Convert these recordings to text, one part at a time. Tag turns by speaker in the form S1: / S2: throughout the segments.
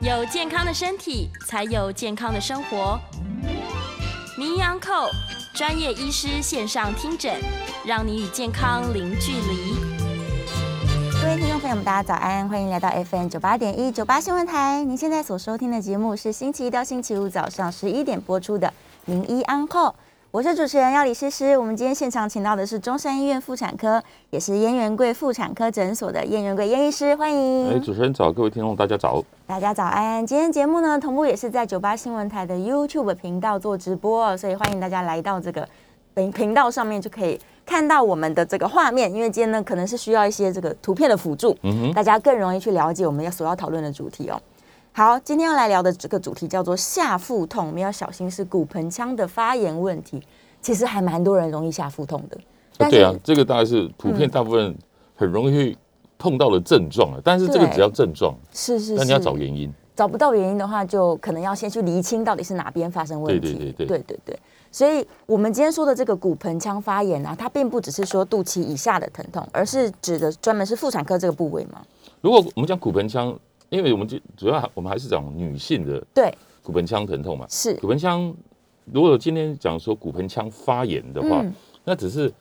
S1: 有健康的身体，才有健康的生活。名医安扣专业医师线上听诊，让你与健康零距离。
S2: 各位听众朋友们，大家早安，欢迎来到 FM 九八点一九八新闻台。您现在所收听的节目是星期一到星期五早上十一点播出的《名医安扣》，我是主持人要李诗诗。我们今天现场请到的是中山医院妇产科，也是燕元贵妇产科诊所的燕元贵燕医师，欢迎。
S3: 哎，主持人早，各位听众大家早。
S2: 大家早安！今天节目呢，同步也是在九八新闻台的 YouTube 频道做直播哦，所以欢迎大家来到这个频频道上面，就可以看到我们的这个画面。因为今天呢，可能是需要一些这个图片的辅助，
S3: 嗯
S2: 大家更容易去了解我们要所要讨论的主题哦。好，今天要来聊的这个主题叫做下腹痛，我们要小心是骨盆腔的发炎问题。其实还蛮多人容易下腹痛的，但是
S3: 对啊，这个大概是普
S2: 嗯
S3: 遍大部分很容易去碰到的症状了，但是这个
S2: 对
S3: 只要症状，
S2: 是是是，
S3: 但你要找原因。
S2: 找不到原因的话，就可能要先去厘清到底是哪边发生问题。
S3: 对对对对
S2: 对对所以我们今天说的这个骨盆腔发炎啊，它并不只是说肚脐以下的疼痛，而是指的专门是妇产科这个部位嘛？
S3: 如果我们讲骨盆腔，因为我们就主要我们还是讲女性的
S2: 对，
S3: 骨盆腔疼痛嘛。
S2: 是
S3: 骨盆腔，如果今天讲说骨盆腔发炎的话，
S2: 嗯
S3: 那只是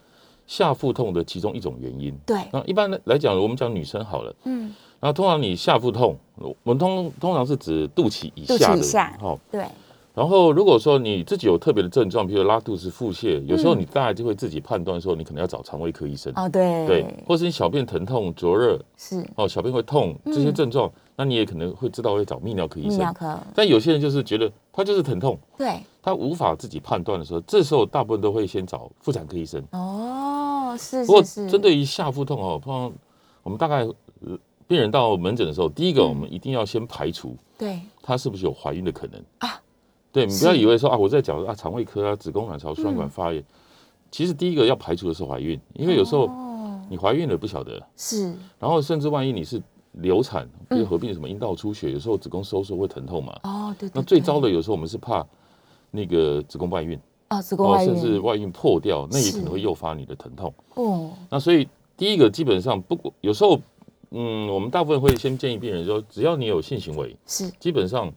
S3: 下腹痛的其中一种原因。
S2: 对，
S3: 那一般来讲，我们讲女生好了，
S2: 嗯，
S3: 然后通常你下腹痛，我们通通常是指肚脐以下
S2: 肚
S3: 的，哦
S2: 脐以下
S3: 好、
S2: 对，然
S3: 然后，如果说你自己有特别的症状，比如拉肚子、腹泻，有时候你大概就会自己判断说，你可能要找肠胃科医生，
S2: 嗯哦，对，
S3: 对，或是你小便疼痛、灼热，
S2: 是
S3: 哦，小便会痛这些症状，那你也可能会知道会找泌尿科医
S2: 泌尿
S3: 生。
S2: 科，
S3: 但有些人就是觉得他就是疼痛，
S2: 对，
S3: 他无法自己判断的时候，这时候大部分都会先找妇产科医生。
S2: 哦，是
S3: 不过，
S2: 是是，
S3: 针对于下腹痛哦，通常我们大概、呃病人到门诊的时候，第一个
S2: 嗯
S3: 我们一定要先排除
S2: 对
S3: 她是不是有怀孕的可能
S2: 啊？
S3: 对，你
S2: 是嗯
S3: 不要以为说啊，我在讲啊，肠胃科啊，子宫卵巢输卵管发炎，其实第一个要排除的是怀孕，因为有时候
S2: 哦
S3: 你怀孕了不晓得，
S2: 是
S3: 然后甚至万一你是流产，比
S2: 嗯
S3: 如合并什么阴道出血，有时候子宫收缩会疼痛嘛。
S2: 哦，对对
S3: 那最糟
S2: 对
S3: 的，有时候我们是怕那个子宫外孕，
S2: 哦，子宫
S3: 哦，
S2: 外
S3: 甚至
S2: 孕，
S3: 外孕破掉，那也可
S2: 是
S3: 能会诱发你的疼痛。
S2: 哦，
S3: 那所以第一个基本上不过有时候，嗯，我们大部分会先建议病人说，只要你有性行为，
S2: 是，
S3: 基本上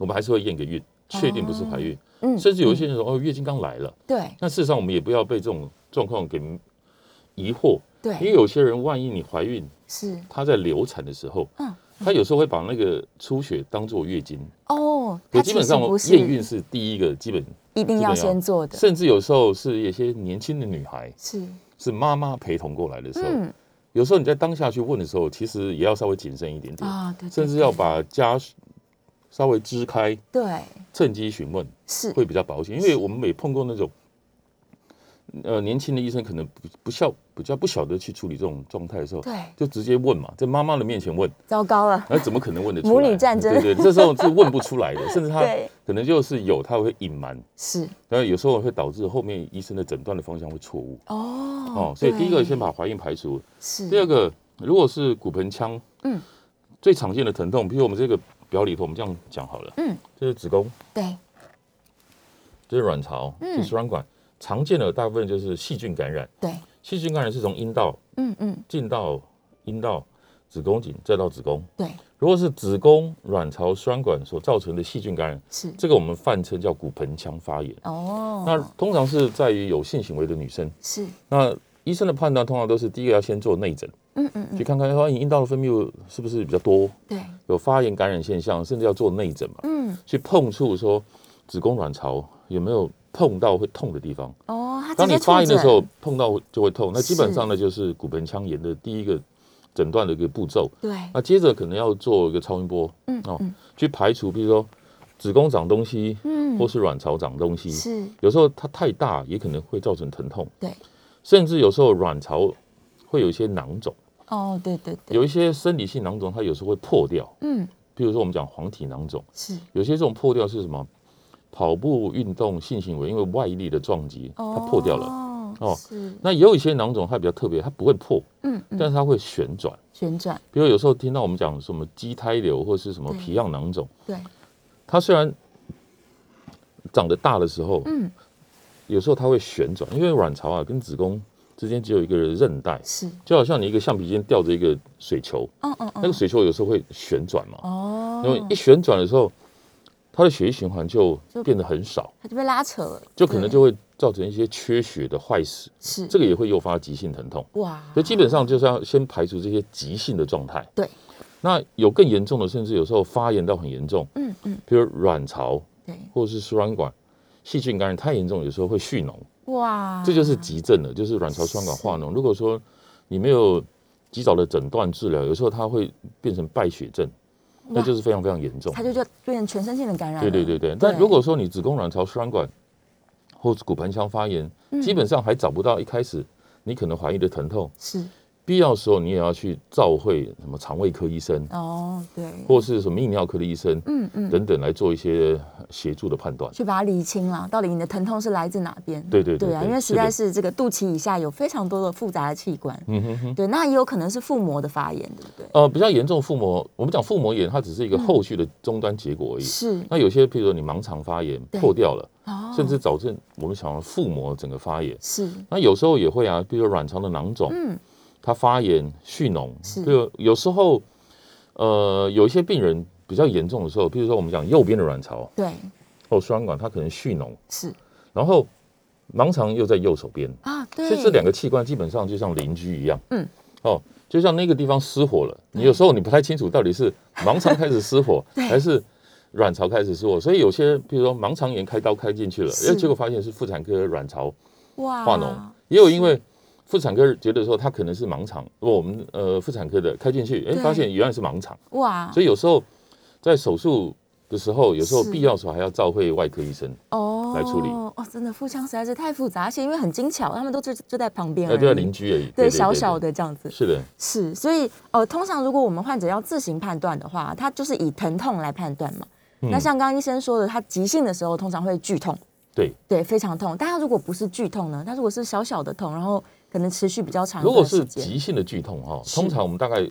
S3: 我们还是会验个孕，确定不是怀孕，
S2: 哦嗯
S3: 甚至有一些
S2: 嗯
S3: 人说、哦月经刚来了，
S2: 对
S3: 那事实上我们也不要被这种状况给疑惑，因
S2: 对
S3: 为有些人万一你怀孕，
S2: 是，
S3: 她在流产的时候，
S2: 嗯，
S3: 她有时候会把那个出血当做月经，
S2: 哦，
S3: 我
S2: 它
S3: 基
S2: 其
S3: 本
S2: 实
S3: 上
S2: 不是
S3: 验孕是啊第一个基本，
S2: 一定要
S3: 基本要
S2: 先做的，
S3: 甚至有时候是有些年轻的女孩
S2: 是，
S3: 是妈妈陪同过来的时候，
S2: 嗯
S3: 有时候你在当下去问的时候，其实也要稍微谨慎一点点，
S2: 啊，对，对
S3: 甚至要
S2: 对
S3: 把家稍微支开，
S2: 对
S3: 趁机询问。
S2: 是
S3: 会比较保险，因为我们也碰过那种，呃，年轻的医生可能不不晓比较不晓得去处理这种状态的时候，
S2: 对，
S3: 就直接问嘛，在妈妈的面前问，
S2: 糟糕了，
S3: 那怎么可能问得出来？
S2: 母女战争
S3: 对对，这时候是问不 出来的，甚至他
S2: 对
S3: 可能就是有他会隐瞒，
S2: 是
S3: 然后有时候会导致后面医生的诊断的方向会错误
S2: 哦
S3: 哦，所以第一个
S2: 对
S3: 先把怀孕排除，
S2: 是
S3: 第二个如果是骨盆腔，
S2: 嗯，
S3: 最常见的疼痛，比如我们这个表里头，我们这样讲好了，
S2: 嗯，
S3: 这是子宫，
S2: 对
S3: 这是卵巢，
S2: 嗯
S3: 这是输卵管。常见的大部分就是细菌感染，
S2: 对
S3: 细菌感染是从阴道
S2: 嗯嗯
S3: 进到阴道、子宫颈，再到子宫。
S2: 对
S3: 如果是子宫、卵巢、输卵管所造成的细菌感染，
S2: 是
S3: 这个我们泛称叫骨盆腔发炎。
S2: 哦
S3: 那通常是在于有性行为的女生。
S2: 是
S3: 那医生的判断通常都是第一个要先做内诊，
S2: 嗯嗯嗯
S3: 去看看说哎你阴道的分泌物是不是比较多，
S2: 对
S3: 有发炎感染现象，甚至要做内诊嘛，
S2: 嗯
S3: 去碰触说子宫、卵巢有没有碰到会痛的地方。
S2: 哦，它
S3: 当
S2: 直
S3: 你
S2: 接
S3: 发炎
S2: 触
S3: 的时候
S2: 诊
S3: 碰到就会痛，那基本
S2: 是
S3: 上呢就是骨盆腔炎的第一个诊断的一个步骤。
S2: 对
S3: 那接着可能要做一个超音波，
S2: 嗯
S3: 哦
S2: 嗯
S3: 去排除，比如说子宫长东西，
S2: 嗯
S3: 或是卵巢长东西。
S2: 是
S3: 有时候它太大也可能会造成疼痛，
S2: 对
S3: 甚至有时候卵巢会有一些囊肿，
S2: 哦对对对
S3: 有一些生理性囊肿它有时候会破掉，
S2: 嗯
S3: 比如说我们讲黄体囊肿，
S2: 是
S3: 有些这种破掉是什么？跑步运动性行为因为外力的撞击，它破掉了。
S2: 了
S3: 哦
S2: 哦是
S3: 那也有一些囊肿它比较特别，它不会破，
S2: 嗯嗯
S3: 但是它会旋转。
S2: 旋转
S3: 比如有时候听到我们讲什么畸胎瘤或是什么
S2: 对
S3: 皮样囊肿，
S2: 对
S3: 它虽然长得大的时候，
S2: 嗯
S3: 有时候它会旋转，因为卵巢啊跟子宫之间只有一个韧带，
S2: 是
S3: 就好像你一个橡皮筋吊着一个水球，
S2: 嗯嗯
S3: 那个
S2: 嗯
S3: 水球有时候会旋转嘛。
S2: 哦
S3: 因为一旋转的时候，它的血液循环就变得很少，
S2: 它就被拉扯了，
S3: 就可能
S2: 对
S3: 就会造成一些缺血的坏死，
S2: 是
S3: 这个也会诱发急性疼痛。
S2: 哇，
S3: 所以基本上就是要先排除这些急性的状态。
S2: 对，
S3: 那有更严重的，甚至有时候发炎到很严重，
S2: 嗯嗯，
S3: 比如卵巢
S2: 对，
S3: 或者是输卵管细菌感染太严重，有时候会蓄脓，
S2: 哇，
S3: 这就是急症了，就是卵巢输卵管化脓。如果说你没有及早的诊断治疗，有时候它会变成败血症，那就是非常非常严重
S2: 它。就就变成全身性的感染了，
S3: 对对对对，但如果说你子宫卵巢输卵管或是骨盆腔发炎，
S2: 嗯
S3: 基本上还找不到一开始你可能怀孕的疼痛，
S2: 是
S3: 必要的时候你也要去照会什么肠胃科医生，
S2: 哦，对，
S3: 或是什么泌尿科的医生
S2: 嗯嗯，
S3: 等等来做一些协助的判断。
S2: 去把它理清了，到底你的疼痛是来自哪边？
S3: 对对对
S2: 对啊，
S3: 对
S2: 因为实
S3: 是的
S2: 在是这个肚脐以下有非常多的复杂的器官，
S3: 嗯哼哼。
S2: 对，那也有可能是腹膜的发炎，对不对？
S3: 呃，比较严重的腹膜，我们讲腹膜炎，它只是一个后续的终端结果而已。
S2: 嗯是
S3: 那有些，譬如说你盲肠发炎
S2: 对
S3: 破掉了，
S2: 哦，
S3: 甚至导致我们想要腹膜整个发炎。
S2: 是
S3: 那有时候也会啊，比如说卵巢的囊肿，
S2: 嗯
S3: 它发炎蓄脓，
S2: 是
S3: 就有时候，呃，有一些病人比较严重的时候，比如说我们讲右边的卵巢
S2: 对
S3: 或输卵管，它可能蓄脓，
S2: 是
S3: 然后盲肠又在右手边，
S2: 啊，对，
S3: 所以这两个器官基本上就像邻居一样，
S2: 嗯，
S3: 哦，就像那个地方失火了，你有时候你不太清楚到底是盲肠开始失火
S2: 对
S3: 还是。卵巢开始失火，所以有些人比如说盲肠炎开刀开进去了，
S2: 是啊
S3: 哎，结果发现是妇产科卵巢
S2: 哇
S3: 化脓，也有因为妇产科觉得说它可能是盲肠，不，我们呃妇产科的开进去，哎，
S2: 对
S3: 发现原来是盲肠，
S2: 哇，
S3: 所以有时候在手术的时候，有时候
S2: 是
S3: 必要的时候还要照会外科医生，
S2: 哦
S3: 来处理
S2: 哦，真的腹腔实在是太复杂，而且因为很精巧，他们都就就在旁边而已，
S3: 那呃就在邻居而已，
S2: 对小小，的这样子
S3: 是的，
S2: 是，所以呃，通常如果我们患者要自行判断的话，他就是以疼痛来判断嘛。那
S3: 嗯
S2: 像刚刚医生说的，他急性的时候通常会剧痛，
S3: 对。
S2: 对，非常痛。但他如果不是剧痛呢？他如果是小小的痛，然后可能持续比较长一
S3: 如果
S2: 段啊时
S3: 是
S2: 间，
S3: 急性的剧痛哈，
S2: 是
S3: 通常我们大概。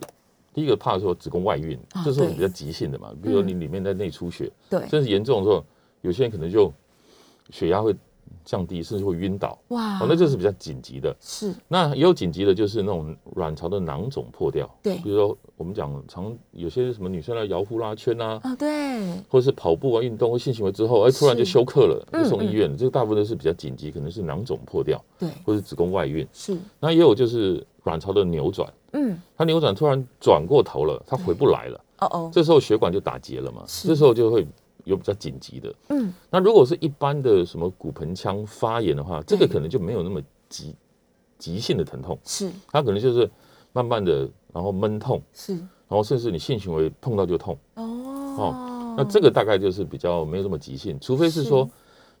S3: 第一个怕说子宫外孕，
S2: 啊
S3: 这是我们
S2: 对嗯
S3: 比较急性的嘛，比如说你里面在内出血，
S2: 对，
S3: 甚至严重的时候，有些人可能就血压会降低，甚至会晕倒，
S2: 哇
S3: 哦，那这是比较紧急的。
S2: 是
S3: 那也有紧急的，就是那种卵巢的囊肿破掉，
S2: 对
S3: 比如说我们讲常有些什么女生来摇呼啦圈啊，
S2: 哦，对，
S3: 或者是跑步啊、运动或性行为之后，哎，突然
S2: 是
S3: 就休克了，
S2: 嗯
S3: 就送医院了。这个大部分都是比较紧急，可能是囊肿破掉
S2: 对，
S3: 或是子宫外孕。
S2: 是，
S3: 那也有就是卵巢的扭转，
S2: 嗯，
S3: 它扭转突然转过头了，它回不来了，
S2: 哦哦，
S3: 这时候血管就打结了嘛，
S2: 是
S3: 这时候就会有比较紧急的。
S2: 嗯，
S3: 那如果是一般的什么骨盆腔发炎的话，这个
S2: 对
S3: 可能就没有那么急急性的疼痛。
S2: 是
S3: 它可能就是慢慢的，然后闷痛，
S2: 是，
S3: 然后甚至你性行为碰到就痛。
S2: 哦
S3: 哦那这个大概就是比较没有这么急性，除非是说
S2: 是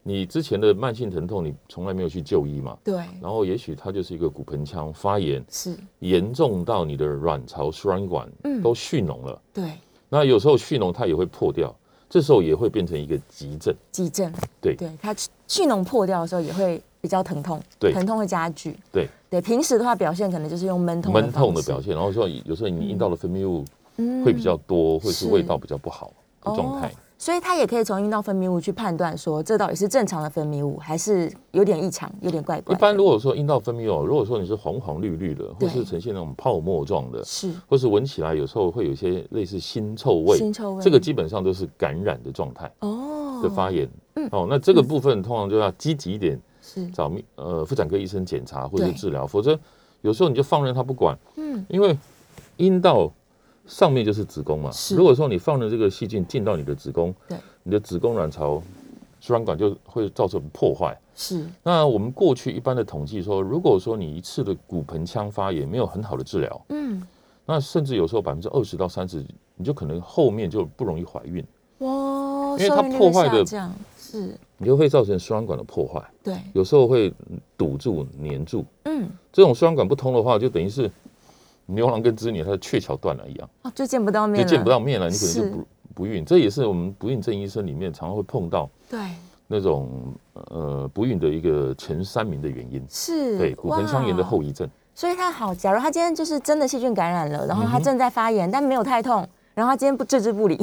S2: 你
S3: 你之前的慢性疼痛你从来没有去就医嘛，
S2: 对
S3: 然后也许它就是一个骨盆腔发炎，
S2: 是，
S3: 严重到你的卵巢输卵管
S2: 嗯
S3: 都蓄脓了。
S2: 对，
S3: 那有时候蓄脓它也会破掉，这时候也会变成一个急症。
S2: 急症，
S3: 对
S2: 对，它去蓄脓破掉的时候也会比较疼痛，
S3: 对
S2: 疼痛会加剧，
S3: 对
S2: 对，平时的话表现可能就是用闷痛
S3: 闷痛的
S2: 方式
S3: 表现，然后说有时候你阴道的分泌物
S2: 嗯
S3: 会比较多，或者是
S2: 是
S3: 味道比较不好的状态
S2: 哦。所以它也可以从阴道分泌物去判断说这到底是正常的分泌物还是有点异常、有点怪怪
S3: 一
S2: 的。
S3: 般如果说阴道分泌哦，如果说你是红红绿绿的，或
S2: 对
S3: 是呈现那种泡沫状的，
S2: 是
S3: 或是闻起来有时候会有一些类似腥臭味，
S2: 腥臭味
S3: 这个基本上都是感染的状态
S2: 哦
S3: 的发炎。
S2: 嗯
S3: 哦，那这个部分通常就要积极一点，
S2: 是
S3: 找泌呃妇产科医生检查或者
S2: 对
S3: 治疗，否则有时候你就放任它不管，
S2: 嗯
S3: 因为阴道上面就是子宫嘛
S2: 是。
S3: 如果说你放任这个细菌进到你的子宫，
S2: 对
S3: 你的子宫卵巢输卵管就会造成破坏。
S2: 是
S3: 那我们过去一般的统计说，如果说你一次的骨盆腔发炎没有很好的治疗，
S2: 嗯
S3: 那甚至有时候百分之二十到三十，你就可能后面就不容易怀孕，
S2: 哇，
S3: 因为
S2: 受
S3: 它
S2: 孕率
S3: 破
S2: 会
S3: 坏
S2: 下
S3: 的
S2: 降是
S3: 你就会造成输卵管的破坏，
S2: 对
S3: 有时候会堵住、粘住。
S2: 嗯
S3: 这种输卵管不通的话，就等于是牛郎跟织女它的鹊桥断了一样，
S2: 哦就见不到面
S3: 就
S2: 了，
S3: 见不到面了，你可能就是不不孕。这也是我们不孕症医生里面常常会碰到
S2: 对
S3: 那种呃不孕的一个前三名的原因，
S2: 是
S3: 对骨盆腔炎的
S2: 哇
S3: 后遗症。
S2: 所以他好，假如他今天就是真的细菌感染了，然后他
S3: 嗯哼
S2: 正在发炎，但没有太痛，然后他今天不置之不理，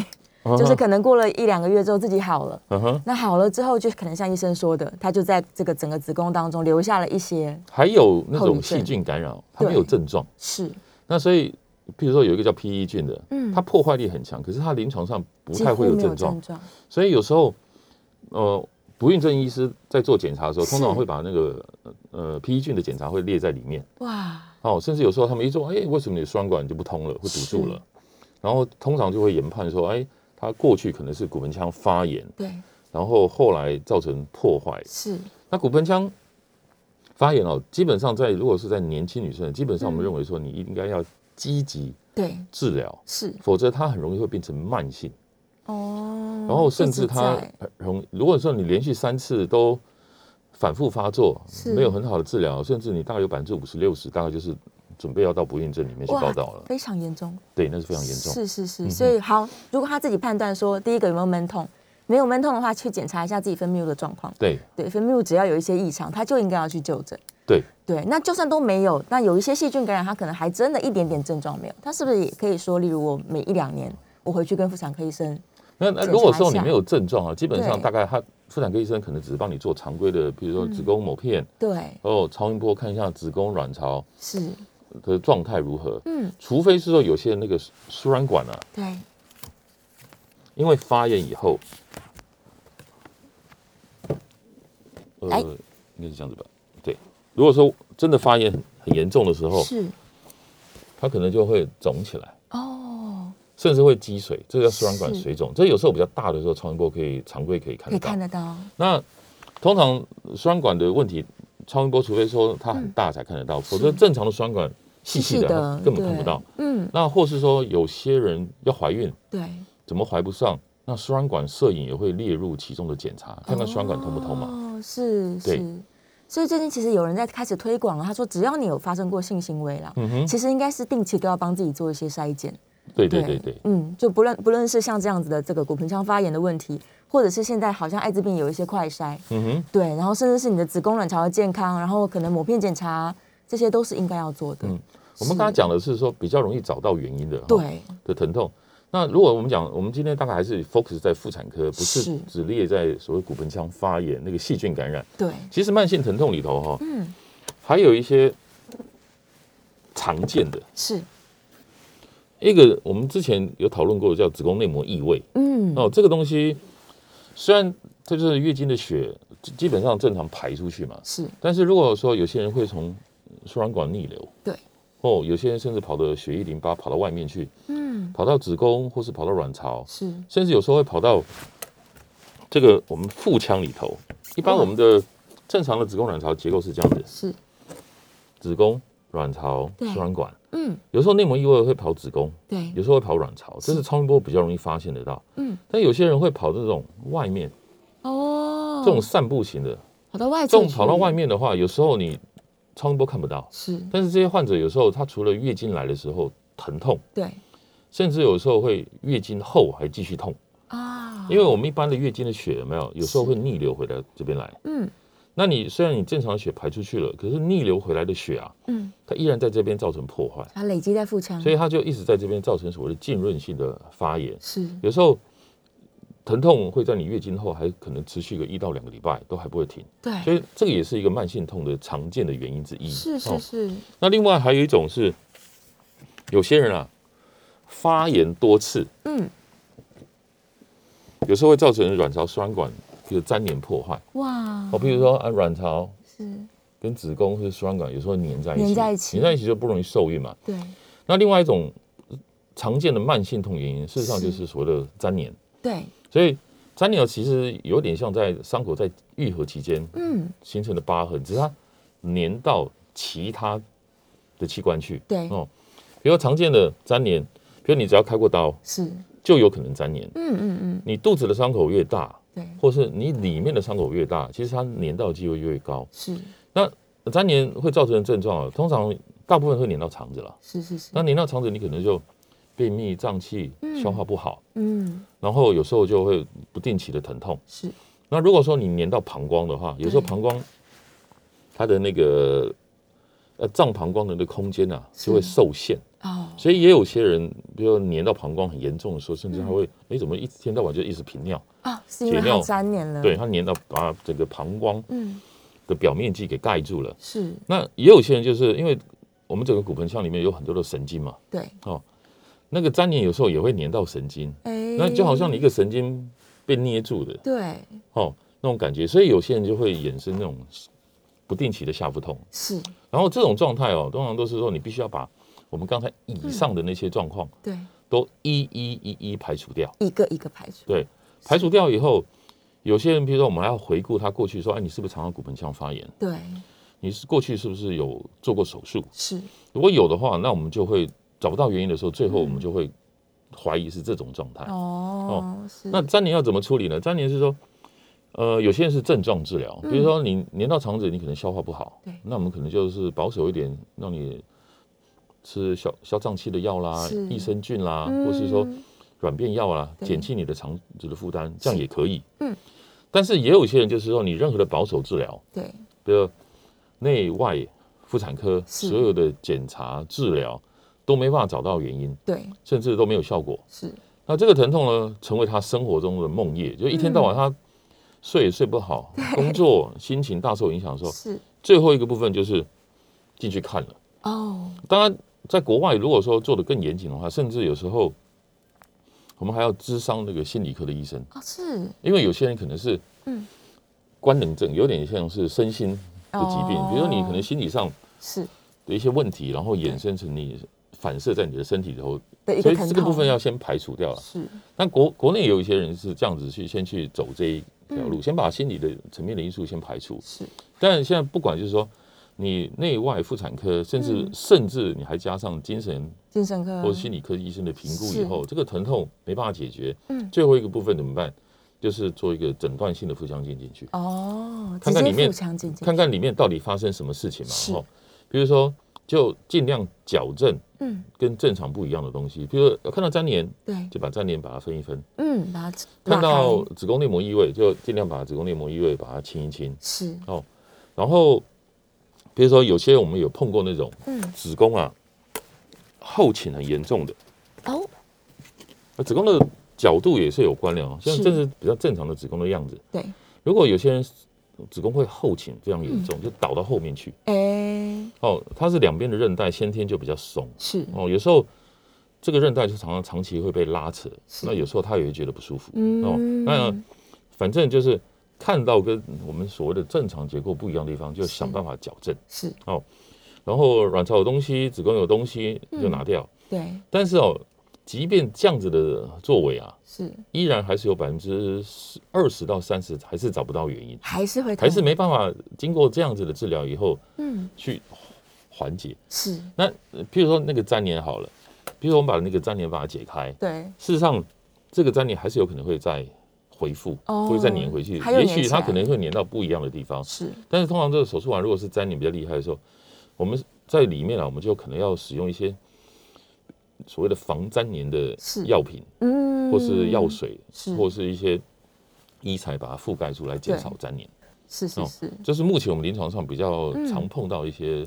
S2: 就是可能过了一两个月之后自己好了。
S3: 嗯哼，
S2: 那好了之后，就可能像医生说的，他就在这个整个子宫当中留下了一些
S3: 还有那
S2: 后遗
S3: 种
S2: 症
S3: 细菌感染，它没
S2: 对
S3: 有症状，
S2: 是
S3: 那所以譬如说有一个叫 PE 菌的，
S2: 嗯
S3: 它破坏力很强，可是它临床上不
S2: 几
S3: 太
S2: 乎
S3: 会有
S2: 没
S3: 症
S2: 有
S3: 状
S2: 症，状，
S3: 所以有时候，呃，不孕症医师在做检查的时候，
S2: 是
S3: 通常会把那个呃 PE 菌的检查会列在里面
S2: 哇，
S3: 哦，甚至有时候他们一做，哎，为什么你的双管就不通了，会堵住
S2: 是
S3: 了，然后通常就会研判说，哎，他过去可能是骨盆腔发炎，
S2: 对，
S3: 然后后来造成破坏。
S2: 是
S3: 那骨盆腔发炎哦，基本上在如果是在年轻女生，基本上我
S2: 嗯
S3: 们认为说你应该要积极
S2: 对，
S3: 治疗，
S2: 是
S3: 否则它很容易会变成慢性。
S2: 哦，
S3: 然后
S2: 一
S3: 甚
S2: 直
S3: 至它
S2: 在
S3: 很容，如果说你连续三次都反复发作
S2: 是，
S3: 没有很好的治疗，甚至你大概有百分之五十六十，大概就是准备要到不孕症里面去
S2: 哇
S3: 报道了。
S2: 非常严重，
S3: 对，那是非常严重。
S2: 是是是，
S3: 嗯
S2: 所以好，如果他自己判断说，第一个有没有闷痛，没有闷痛的话，去检查一下自己分泌物的状况。
S3: 对
S2: 对，分泌物只要有一些异常，他就应该要去就诊。
S3: 对，
S2: 对，那就算都没有，那有一些细菌感染，他可能还真的一点点症状没有，他是不是也可以说，例如我每一两年，我回去跟妇产科医生，
S3: 那那
S2: 检
S3: 如果
S2: 查一
S3: 说你
S2: 下
S3: 没有症状啊，基本上
S2: 对嗯
S3: 大概他妇产科医生可能只是帮你做常规的，比如说子宫抹片，
S2: 对，
S3: 哦，超音波看一下子宫卵巢
S2: 是，
S3: 的状态如何。
S2: 嗯，
S3: 除非是说有些那个输输卵管啊，
S2: 对，
S3: 因为发炎以后，呃
S2: 哎，
S3: 应该是这样子吧？对，如果说真的发炎很很严重的时候，
S2: 是，
S3: 它可能就会肿起来，
S2: 哦，
S3: 甚至会积水，这叫输卵管
S2: 是
S3: 水肿。这有时候比较大的时候，超音波可以常规可以看
S2: 可以
S3: 得到
S2: 看。得到，
S3: 那通常输卵管的问题，超音波除非说它很大才看得到，否则正常的输卵管细细的它根本看不
S2: 对
S3: 到。，
S2: 嗯，
S3: 那或是说有些人要怀孕，
S2: 对，
S3: 怎么怀不上？那输卵管摄影也会列入其中的检查，看看输卵管通不通嘛。
S2: 哦，是
S3: 对
S2: 是。所以最近其实有人在开始推广了，他说只要你有发生过性行为啦，
S3: 嗯哼，
S2: 其实应该是定期都要帮自己做一些筛检。
S3: 对对对对，
S2: 嗯，就不论不论是像这样子的这个骨盆腔发炎的问题，或者是现在好像艾滋病有一些快筛，
S3: 嗯哼，
S2: 对，然后甚至是你的子宫卵巢的健康，然后可能抹片检查，这些都是应该要做的。
S3: 嗯我们刚才讲的是说比较容易找到原因的哈
S2: 对，
S3: 的疼痛。那如果我们讲，我们今天大概还是 focus 在妇产科，不
S2: 是
S3: 是只列在所谓骨盆腔发炎那个细菌感染。
S2: 对，
S3: 其实慢性疼痛里头哈，
S2: 嗯，
S3: 还有一些常见的，
S2: 是，
S3: 一个我们之前有讨论过的叫子宫内膜异位。
S2: 嗯，
S3: 哦，这个东西虽然它就是月经的血基基本上正常排出去嘛，
S2: 是，
S3: 但是如果说有些人会从输卵管逆流，
S2: 对，
S3: 哦，有些人甚至跑到血液淋巴跑到外面去，
S2: 嗯，
S3: 跑到子宫或是跑到卵巢，
S2: 是，
S3: 甚至有时候会跑到这个我们腹腔里头。一般
S2: 哇
S3: 我们的正常的子宫卵巢结构是这样子：
S2: 是，
S3: 子宫、卵巢、
S2: 对
S3: 输卵管。
S2: 嗯，
S3: 有时候内膜异位会跑子宫，
S2: 对，
S3: 有时候会跑卵巢，这是超音波比较容易发现得到。
S2: 嗯，
S3: 但有些人会跑这种外面。
S2: 哦，
S3: 这种散步型的，
S2: 跑到外，
S3: 这种跑到外，面的话，有时候你超音波看不到，
S2: 是，
S3: 但是这些患者有时候他除了月经来的时候疼痛，
S2: 对，
S3: 甚至有时候会月经后还继续痛，
S2: 啊，
S3: 因为我们一般的月经的血有没有，有时候会逆流回到这边来。
S2: 嗯
S3: 那你虽然你正常血排出去了，可是逆流回来的血啊，
S2: 嗯，
S3: 它依然在这边造成破坏，
S2: 它累积在腹腔，
S3: 所以它就一直在这边造成所谓的浸润性的发炎。
S2: 是，
S3: 有时候疼痛会在你月经后还可能持续个一到两个礼拜，都还不会停。
S2: 对，
S3: 所以这个也是一个慢性痛的常见的原因之一。
S2: 是是
S3: 哦
S2: 是，
S3: 那另外还有一种是，有些人啊发炎多次，
S2: 嗯，
S3: 有时候会造成卵巢输卵管有粘连破坏。
S2: 哇
S3: 哦，，比如说啊，卵巢
S2: 是，
S3: 跟子宫或者输卵管有时候粘在一起，
S2: 粘在一起
S3: 粘在一起就不容易受孕嘛。
S2: 对
S3: 那另外一种呃常见的慢性痛原因，事实上就是所谓的粘连。
S2: 对，
S3: 所以粘连其实有点像在伤口在愈合期间
S2: 嗯，
S3: 形成的疤痕，只是它粘到其他的器官去。
S2: 对，
S3: 哦，比如常见的粘连，比如你只要开过刀，
S2: 是，
S3: 就有可能粘连。
S2: 嗯嗯嗯，
S3: 你肚子的伤口越大，
S2: 对，
S3: 或是你里面的伤口越大，其实它粘到的机会越高。
S2: 是
S3: 粘连会造成的症状啊，通常大部分会粘到肠子了。
S2: 是是是
S3: 那，粘到肠子，你可能就便秘、胀气
S2: 嗯、
S3: 消化不好，
S2: 嗯，
S3: 然后有时候就会不定期的疼痛。
S2: 是，
S3: 那如果说你粘到膀胱的话，有时候
S2: 对
S3: 膀胱它的那个呃胀膀胱的那个空间啊，
S2: 是
S3: 就会受限。
S2: 哦，
S3: 所以也有些人，比如说粘到膀胱很严重的时候，甚至他会，
S2: 嗯
S3: 哎、怎么一天到晚就一直频尿？
S2: 啊，是因为
S3: 血
S2: 它
S3: 尿
S2: 粘连了，
S3: 对，，他粘到把整个膀胱
S2: 嗯，
S3: 的表面积给盖住了。
S2: 是，
S3: 那也有些人就是因为我们整个骨盆腔里面有很多的神经嘛，哦
S2: 对，
S3: 那个粘连有时候也会粘到神经，
S2: 哎
S3: 那就好像你一个神经被捏住的
S2: 对
S3: 哦那种感觉，所以有些人就会衍生那种不定期的下腹痛。
S2: 是，
S3: 然后这种状态哦，通常都是说你必须要把我们刚才以上的那些状况
S2: 对，
S3: 都一一一一排除掉。
S2: 一个一个排除，
S3: 对，排除掉以后，有些人比如说我们还要回顾他过去说，哎，你是不是常常骨盆腔发炎？
S2: 对，
S3: 你是过去是不是有做过手术？
S2: 是，
S3: 如果有的话，那我们就会找不到原因的时候，最后我们就会怀疑是这种状态。
S2: 哦，是，
S3: 那粘连要怎么处理呢？粘连是说，呃，有些人是症状治疗，比如说你粘到肠子，你可能消化不好，
S2: 对
S3: 那我们可能就是保守一点，让你吃消消胀气的药啦
S2: 是、
S3: 益生菌啦，啊或是说
S2: 嗯
S3: 软便药啦，
S2: 对
S3: 减轻你的肠子的负担，这样也可以。
S2: 嗯，
S3: 但是也有些人就是说，你任何的保守治疗，
S2: 对，
S3: 比如内外妇产科
S2: 是
S3: 所有的检查治疗都没办法找到原因，
S2: 对，
S3: 甚至都没有效果。
S2: 是，
S3: 那这个疼痛呢，成为他生活中的梦魇，就一天到
S2: 嗯
S3: 晚他睡也睡 不好，工作心情大受影响的时候，
S2: 是，
S3: 最后一个部分就是进去看了。
S2: 哦，
S3: 当然，在国外如果说做的更严谨的话，甚至有时候我们还要咨商那个心理科的医生，
S2: 哦，是，
S3: 因为有些人可能是
S2: 嗯
S3: 官能症，有点像是身心的疾病，
S2: 哦
S3: 比如说你可能心理上
S2: 是
S3: 的一些问题，然后衍生成你反射在你的身体里头，
S2: 的一
S3: 所
S2: 个
S3: 以
S2: 疼
S3: 这
S2: 痛，
S3: 个部分要先排除掉了。
S2: 是，
S3: 但国国内有一些人是这样子去先去走这一条
S2: 嗯
S3: 路，先把心理的层面的因素先排除。
S2: 是，
S3: 但现在不管就是说你内外妇产科，甚至、
S2: 嗯
S3: 甚至你还加上精神
S2: 精神科
S3: 或心理科医生的评估以后，这个疼痛没办法解决，
S2: 嗯
S3: 最后一个部分怎么办？就是做一个诊断性的腹腔镜进去，
S2: 哦，直
S3: 看看
S2: 接
S3: 里面
S2: 腹腔镜进去
S3: 看看里面到底发生什么事情嘛。
S2: 是
S3: 哦，比如说就尽量矫正
S2: 嗯，
S3: 跟正常不一样的东西，比如说看到粘连
S2: 对，
S3: 就把粘连把它分一分，
S2: 嗯，把它
S3: 看到
S2: 拉开
S3: 子宫内膜异位就尽量把子宫内膜异位把它清一清。
S2: 是，
S3: 然后比如说有些我们有碰过那种
S2: 嗯，
S3: 子宫啊后倾很严重的，
S2: 哦，
S3: 那子宫的角度也是有关联哦，像
S2: 是
S3: 这是比较正常的子宫的样子。
S2: 对，
S3: 如果有些人子宫会后倾非常严
S2: 嗯
S3: 重，就倒到后面去
S2: 哎，
S3: 哦，它是两边的韧带先天就比较松
S2: 是，
S3: 哦，有时候。这个韧带就常常长期会被拉扯，
S2: 是
S3: 那有时候他也会觉得不舒服。哦，
S2: 嗯，
S3: 那反正就是看到跟我们所谓的正常结构不一样的地方，就想办法矫正。
S2: 是，
S3: 然后卵巢有东西，子宫有东西
S2: 嗯
S3: 就拿掉。
S2: 对，
S3: 但是哦，即便这样子的作为啊，
S2: 是，
S3: 依然还是有百分之二十到三十还是找不到原因，
S2: 还是会
S3: 还是
S2: 痛，
S3: 没办法经过这样子的治疗以后
S2: 嗯，
S3: 去缓解。
S2: 是，
S3: 那呃譬如说那个粘连好了，譬如说我们把那个粘连把它解开，
S2: 对，
S3: 事实上这个粘连还是有可能会再回复，
S2: 哦
S3: 会再粘回去，
S2: 还有
S3: 也
S2: 粘
S3: 许
S2: 起
S3: 它
S2: 来
S3: 可能会粘到不一样的地方。
S2: 是，
S3: 但是通常这个手术完，如果是粘连比较厉害的时候，我们在里面啊，我们就可能要使用一些所谓的防粘连的
S2: 是
S3: 药品，
S2: 嗯，
S3: 或是药，水，
S2: 是
S3: 或是一些医材把它覆盖住来减少粘连。
S2: 是是
S3: 哦
S2: 是。
S3: 这是目前我们临床上比较
S2: 嗯
S3: 常碰到一些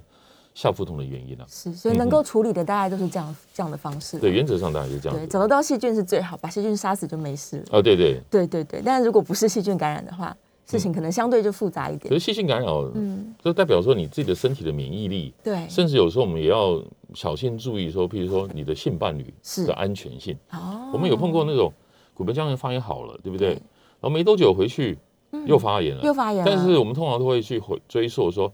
S3: 下腹痛的原因啊。
S2: 是，所以能
S3: 嗯嗯
S2: 够处理的大概都是这样这样的方式。
S3: 对，原则上当然是这样
S2: 对，
S3: 子。
S2: 找得到细菌是最好，把细菌杀死就没事了。
S3: 啊，对对，
S2: 对对对，但如果不是细菌感染的话，事
S3: 嗯
S2: 情可能相对就复杂一
S3: 可
S2: 点。
S3: 是细菌感染哦，
S2: 嗯，
S3: 就代表说你自己的身体的免疫力，
S2: 对，
S3: 甚至有时候我们也要小心注意说，譬如说你的性伴侣
S2: 是
S3: 的安全性。
S2: 哦
S3: 我们有碰过那种骨盆腔炎发炎好了，对不对？
S2: 对嗯
S3: 然后没多久回去又发炎了，
S2: 又发炎了，
S3: 但是我们通常都会去回追溯说，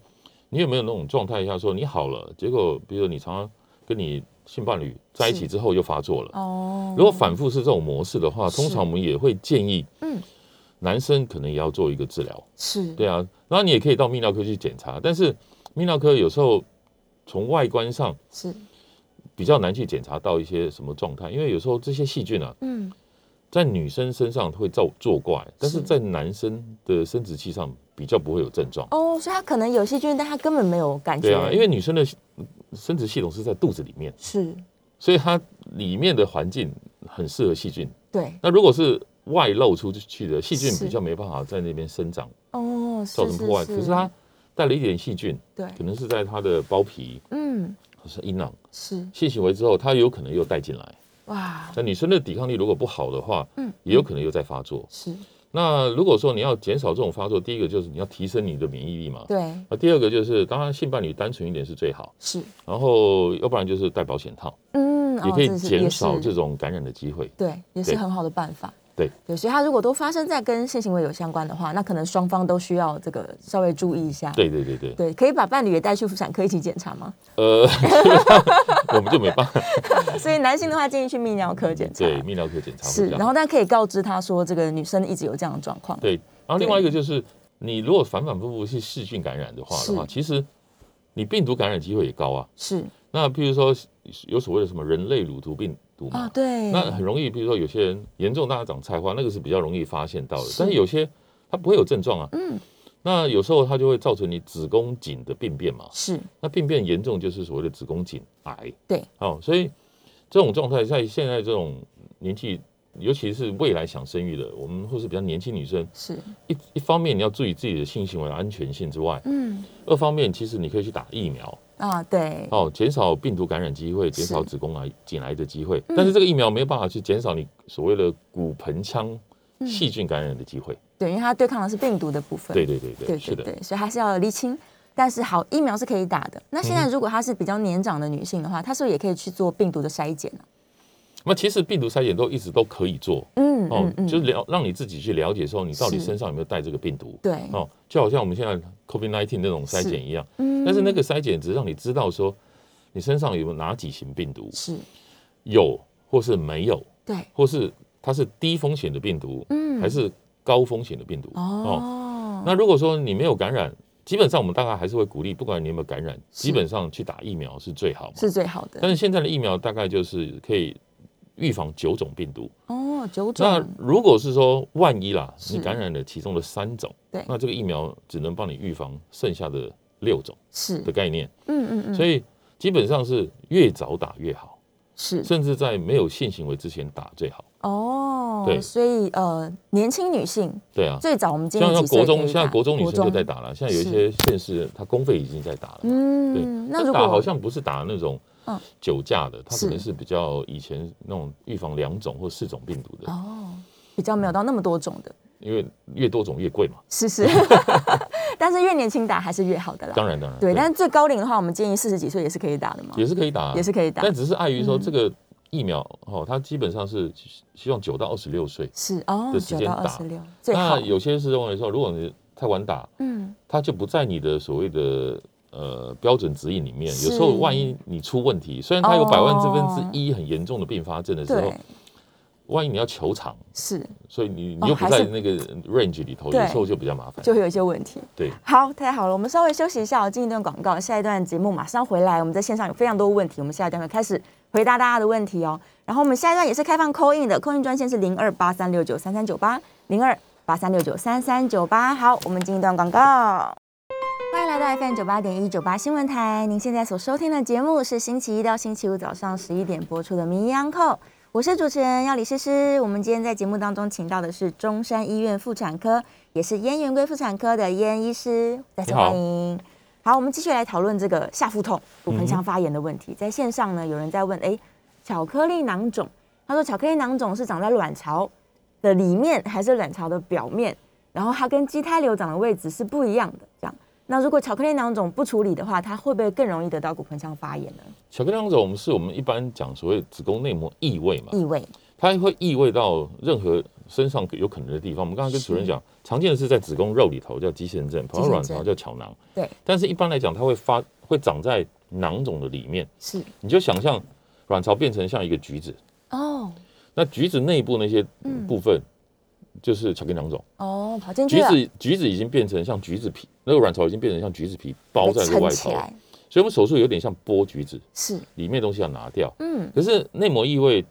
S3: 你有没有那种状态下说你好了，结果比如你常常跟你性伴侣在一起之后又发作了。
S2: 哦，
S3: 如果反复是这种模式的话，
S2: 是
S3: 通常我们也会建议，
S2: 嗯
S3: 男生可能也要做一个治疗。
S2: 是，
S3: 对啊，然后你也可以到泌尿科去检查，但是泌尿科有时候从外观上
S2: 是，
S3: 比较难去检查到一些什么状态，因为有时候这些细菌啊，
S2: 嗯
S3: 在女生身上会造作怪，但是
S2: 是
S3: 在男生的生殖器上比较不会有症状。
S2: 哦，所以他可能有细菌，但他根本没有感觉，
S3: 对啊，因为女生的嗯生殖系统是在肚子里面，
S2: 是
S3: 所以它里面的环境很适合细菌。
S2: 对
S3: 那如果是外露出去的细菌，
S2: 是
S3: 比较没办法在那边生长，
S2: 哦，
S3: 造
S2: 是
S3: 成
S2: 是
S3: 破坏。
S2: 是，
S3: 可是它带了一点细菌，
S2: 对
S3: 可能是在它的包皮
S2: 嗯
S3: 或是阴囊
S2: 是
S3: 性行为之后，它有可能又带进来。
S2: 哇
S3: 那女生的抵抗力如果不好的话，
S2: 嗯
S3: 也有可能又在发作。
S2: 是
S3: 那如果说你要减少这种发作，第一个就是你要提升你的免疫力嘛。
S2: 对，
S3: 那第二个就是，当然性伴侣单纯一点是最好，
S2: 是，
S3: 然后要不然就是戴保险套，
S2: 嗯，
S3: 也
S2: 哦
S3: 可以
S2: 这是
S3: 减
S2: 也
S3: 少
S2: 是
S3: 这种感染的机会。
S2: 对，也是
S3: 对
S2: 很好的办法。
S3: 对
S2: 对，所以它如果都发生在跟性行为有相关的话，那可能双方都需要这个稍微注意一下。
S3: 对对对对，
S2: 对，可以把伴侣也带去妇产科一起检查吗？
S3: 呃， 我们就没办法，
S2: 所以男性的话建议去泌尿科检查。
S3: 哎嗯对泌尿科检查会
S2: 是，
S3: 比较
S2: 然
S3: 好。
S2: 后但可以告知他说，这个女生一直有这样的状况。
S3: 对，然后另外一个就是，你如果反反复复是细菌感染的话的话，
S2: 是
S3: 其实你病毒感染机会也高啊。
S2: 是
S3: 那譬如说有所谓的什么人类乳头病毒嘛，
S2: 啊，对，
S3: 那很容易，比如说有些人严重，大家长菜花，那个是比较容易发现到的。
S2: 是
S3: 但是有些他不会有症状啊，
S2: 嗯，
S3: 那有时候它就会造成你子宫颈的病变嘛。
S2: 是
S3: 那病变严重就是所谓的子宫颈癌。
S2: 对，
S3: 哦，所以这种状态在现在这种年纪，尤其是未来想生育的，我们或是比较年轻女生，
S2: 是，
S3: 一一方面你要注意自己的性行为的安全性之外，
S2: 嗯
S3: 二方面其实你可以去打疫苗
S2: 啊，对，
S3: 哦，减少病毒感染机会，减少
S2: 是嗯
S3: 子宫癌、颈癌的机会。但是这个疫苗没有办法去减少你所谓的骨盆腔细菌感染的机会。
S2: 对，因为它对抗的是病毒的部分。
S3: 对对对对，
S2: 嗯对
S3: 是
S2: 对
S3: 的，
S2: 对，所以还是要厘清。但是好，疫苗是可以打的。那现在
S3: 嗯
S2: 如果她是比较年长的女性的话，她是不是也可以去做病毒的筛检呢？啊
S3: 那其实病毒筛检都一直都可以做
S2: 嗯
S3: 哦
S2: 嗯，嗯，
S3: 就是了让你自己去了解说你到底
S2: 是
S3: 身上有没有带这个病毒。
S2: 对，
S3: 哦，就好像我们现在 COVID 1 9那种筛
S2: 是
S3: 检一样，
S2: 嗯
S3: 但是那个筛检只是让你知道说你身上有没有哪几型病毒，
S2: 是
S3: 有或是没有，
S2: 对，
S3: 或是它是低风险的病毒，
S2: 嗯
S3: 还是高风险的病毒。
S2: 哦，
S3: 那如果说你没有感染，基本上我们大概还是会鼓励，不管你有没有感染，基本上去打疫苗是最好嘛。
S2: 是最好的
S3: 但是现在的疫苗大概就是可以预防九种病毒。
S2: 哦，九
S3: 那
S2: 种
S3: 如果是说万一啦，
S2: 是
S3: 你感染了其中的三种，
S2: 对
S3: 那这个疫苗只能帮你预防剩下的六种
S2: 是
S3: 的，概念。
S2: 嗯嗯嗯，
S3: 所
S2: 以
S3: 以基本上是越早打越好，
S2: 是
S3: 甚至在没有性行为之前打最好。
S2: 哦，
S3: 对
S2: 所以呃，年轻女性
S3: 对啊，
S2: 最早我们今
S3: 像
S2: 年
S3: 像
S2: 几岁
S3: 国
S2: 可
S3: 中，
S2: 以
S3: 现在
S2: 打
S3: 国中女生就在，打了，现在有一些县市，它公费已经在打了。对
S2: 嗯，那
S3: 但
S2: 如
S3: 打
S2: 果
S3: 好像不是打那种
S2: 嗯
S3: 酒驾的，它
S2: 是
S3: 可能是比较以前那种预防两种或四种病毒的，
S2: 哦，比较没有到那么多种的，
S3: 因为越多种越贵嘛。
S2: 是 是， 但是越年轻打还是越好的啦。
S3: 当然当然，
S2: 对，但是最高龄的话，我们建议四十几岁也是可以打的嘛，
S3: 也是可以打，啊
S2: 也是可以打
S3: 但。只是碍于说
S2: 嗯
S3: 这个疫苗哦，它基本上是希希望九到二十六岁。
S2: 是哦，
S3: 的时
S2: 九
S3: 间
S2: 到二
S3: 打
S2: 十六最好
S3: 那。有些是认为说，如果你太晚打，
S2: 嗯，
S3: 它就不在你的所谓的呃标准指引里面。
S2: 是
S3: 有时候万一你出问题，虽然它有
S2: 哦
S3: 百万之分之一很严重的并发症的时候
S2: 对，，
S3: 万一你要求偿，
S2: 是
S3: 所以你
S2: 哦
S3: 你又不
S2: 还
S3: 在
S2: 是
S3: 那个 range 里头，
S2: 对
S3: 有时候就比较麻烦
S2: 就。会有一些问题。
S3: 对，
S2: 好，太好了，我们稍微休息一下，我进一段广告，下一段节目马上回来。我们在线上有非常多问题，我们下一段会开始回答大家的问题哦。然后我们下一段也是开放 call in 的，call in 专线是零二八三六九三三九八零二八三六九三三九八。好，我们进一段广告。欢迎来到 FM 九八点一九八新闻台，您现在所收听的节目是星期一到星期五早上十一点播出的《名医央叩》，我是主持人要李诗诗。我们今天在节目当中请到的是中山医院妇产科，也是燕园归妇产科的燕医师，再次
S3: 你好
S2: 欢迎。好，我们继续来讨论这个下腹痛、骨
S3: 嗯
S2: 盆腔发炎的问题。在线上呢，有人在问，哎，巧克力囊肿，他说巧克力囊肿是长在卵巢的里面还是卵巢的表面？然后它跟畸胎瘤长的位置是不一样的，这样。那如果巧克力囊肿不处理的话，它会不会更容易得到骨盆腔发炎呢？
S3: 巧克力囊肿是我们一般讲所谓子宫内膜异位嘛，
S2: 异味
S3: 它会异位到任何身上有可能的地方。我们刚才跟主任讲，常见的是在子宫肉里头叫肌腺症，跑到卵巢叫巧囊。
S2: 对，
S3: 但是一般来讲，它会发会长在囊肿的里面。
S2: 是
S3: 你就想象卵巢变成像一个橘子，
S2: 哦
S3: 那橘子内部那些
S2: 嗯
S3: 部分就是巧克力囊肿。
S2: 哦，跑进去
S3: 橘
S2: 了，
S3: 子橘子已经变成像橘子皮，那个卵巢已经变成像橘子皮包在这个
S2: 撑
S3: 外
S2: 起
S3: 头，
S2: 来
S3: 所以我们手术有点像剥橘子，
S2: 是
S3: 里面东西要拿掉。
S2: 嗯
S3: 可是内膜异位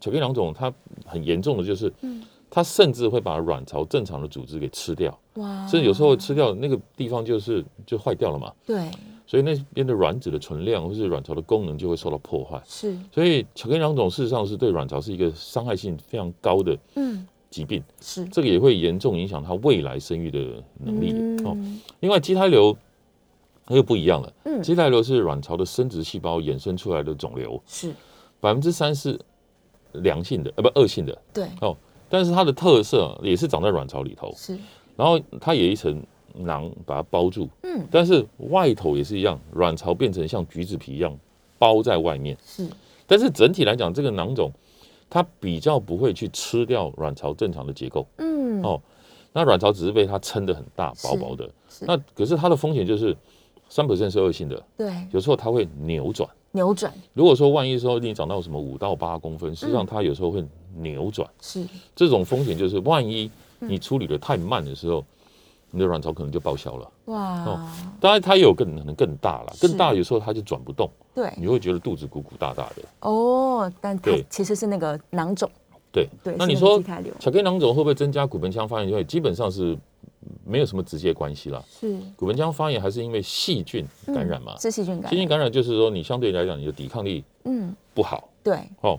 S3: 巧克力囊肿，它很严重的就是，
S2: 嗯
S3: 它甚至会把卵巢正常的组织给吃掉，
S2: 哇
S3: 甚至有时候吃掉那个地方就是就坏掉了嘛，
S2: 对
S3: 所以那边的卵子的存量或是卵巢的功能就会受到破坏。
S2: 是
S3: 所以巧克力囊肿事实上是对卵巢是一个伤害性非常高的
S2: 嗯
S3: 疾病，
S2: 是
S3: 这个也会严重影响她未来生育的能力、哦。
S2: 嗯
S3: 另外，畸胎瘤它又不一样了。
S2: 嗯
S3: 畸胎瘤是卵巢的生殖细胞衍生出来的肿瘤，
S2: 是
S3: 百分之三是良性的，呃，不恶性的。
S2: 对
S3: 哦，但是它的特色也是长在卵巢里头，
S2: 是
S3: 然后它也一层囊把它包住，
S2: 嗯，
S3: 但是外头也是一样，卵巢变成像橘子皮一样包在外面。
S2: 是
S3: 但是整体来讲，这个囊肿它比较不会去吃掉卵巢正常的结构，
S2: 嗯
S3: 哦那卵巢只是被它撑得很大，薄薄的。
S2: 是
S3: 那可是它的风险就是三 percent 是恶性的，
S2: 对
S3: 有时候它会扭转。
S2: 扭转
S3: 如果说万一说你长到什么五到八公
S2: 嗯
S3: 分，实际上它有时候会扭转。
S2: 是
S3: 这种风险就是万一你处理的太慢的时候，你的卵巢可能就报销了。
S2: 哇
S3: 哦当然它也有更可能更大了，
S2: 是
S3: 更大有时候它就转不动，
S2: 对
S3: 你会觉得肚子鼓鼓大大的。
S2: 哦，但它
S3: 对
S2: 其实是那个囊肿，
S3: 对，
S2: 对，
S3: 那
S2: 是
S3: 你
S2: 个
S3: 说
S2: 畸胎瘤
S3: 巧克力囊肿会不会增加骨盆腔发炎机会？基本上是没有什么直接关系啦。
S2: 是
S3: 骨盆腔发炎还是因为细菌感染嘛
S2: 嗯？是细菌感
S3: 细菌
S2: 染，
S3: 感染就是说你相对来讲你的抵抗力
S2: 嗯，
S3: 不好
S2: 对，
S3: 哦。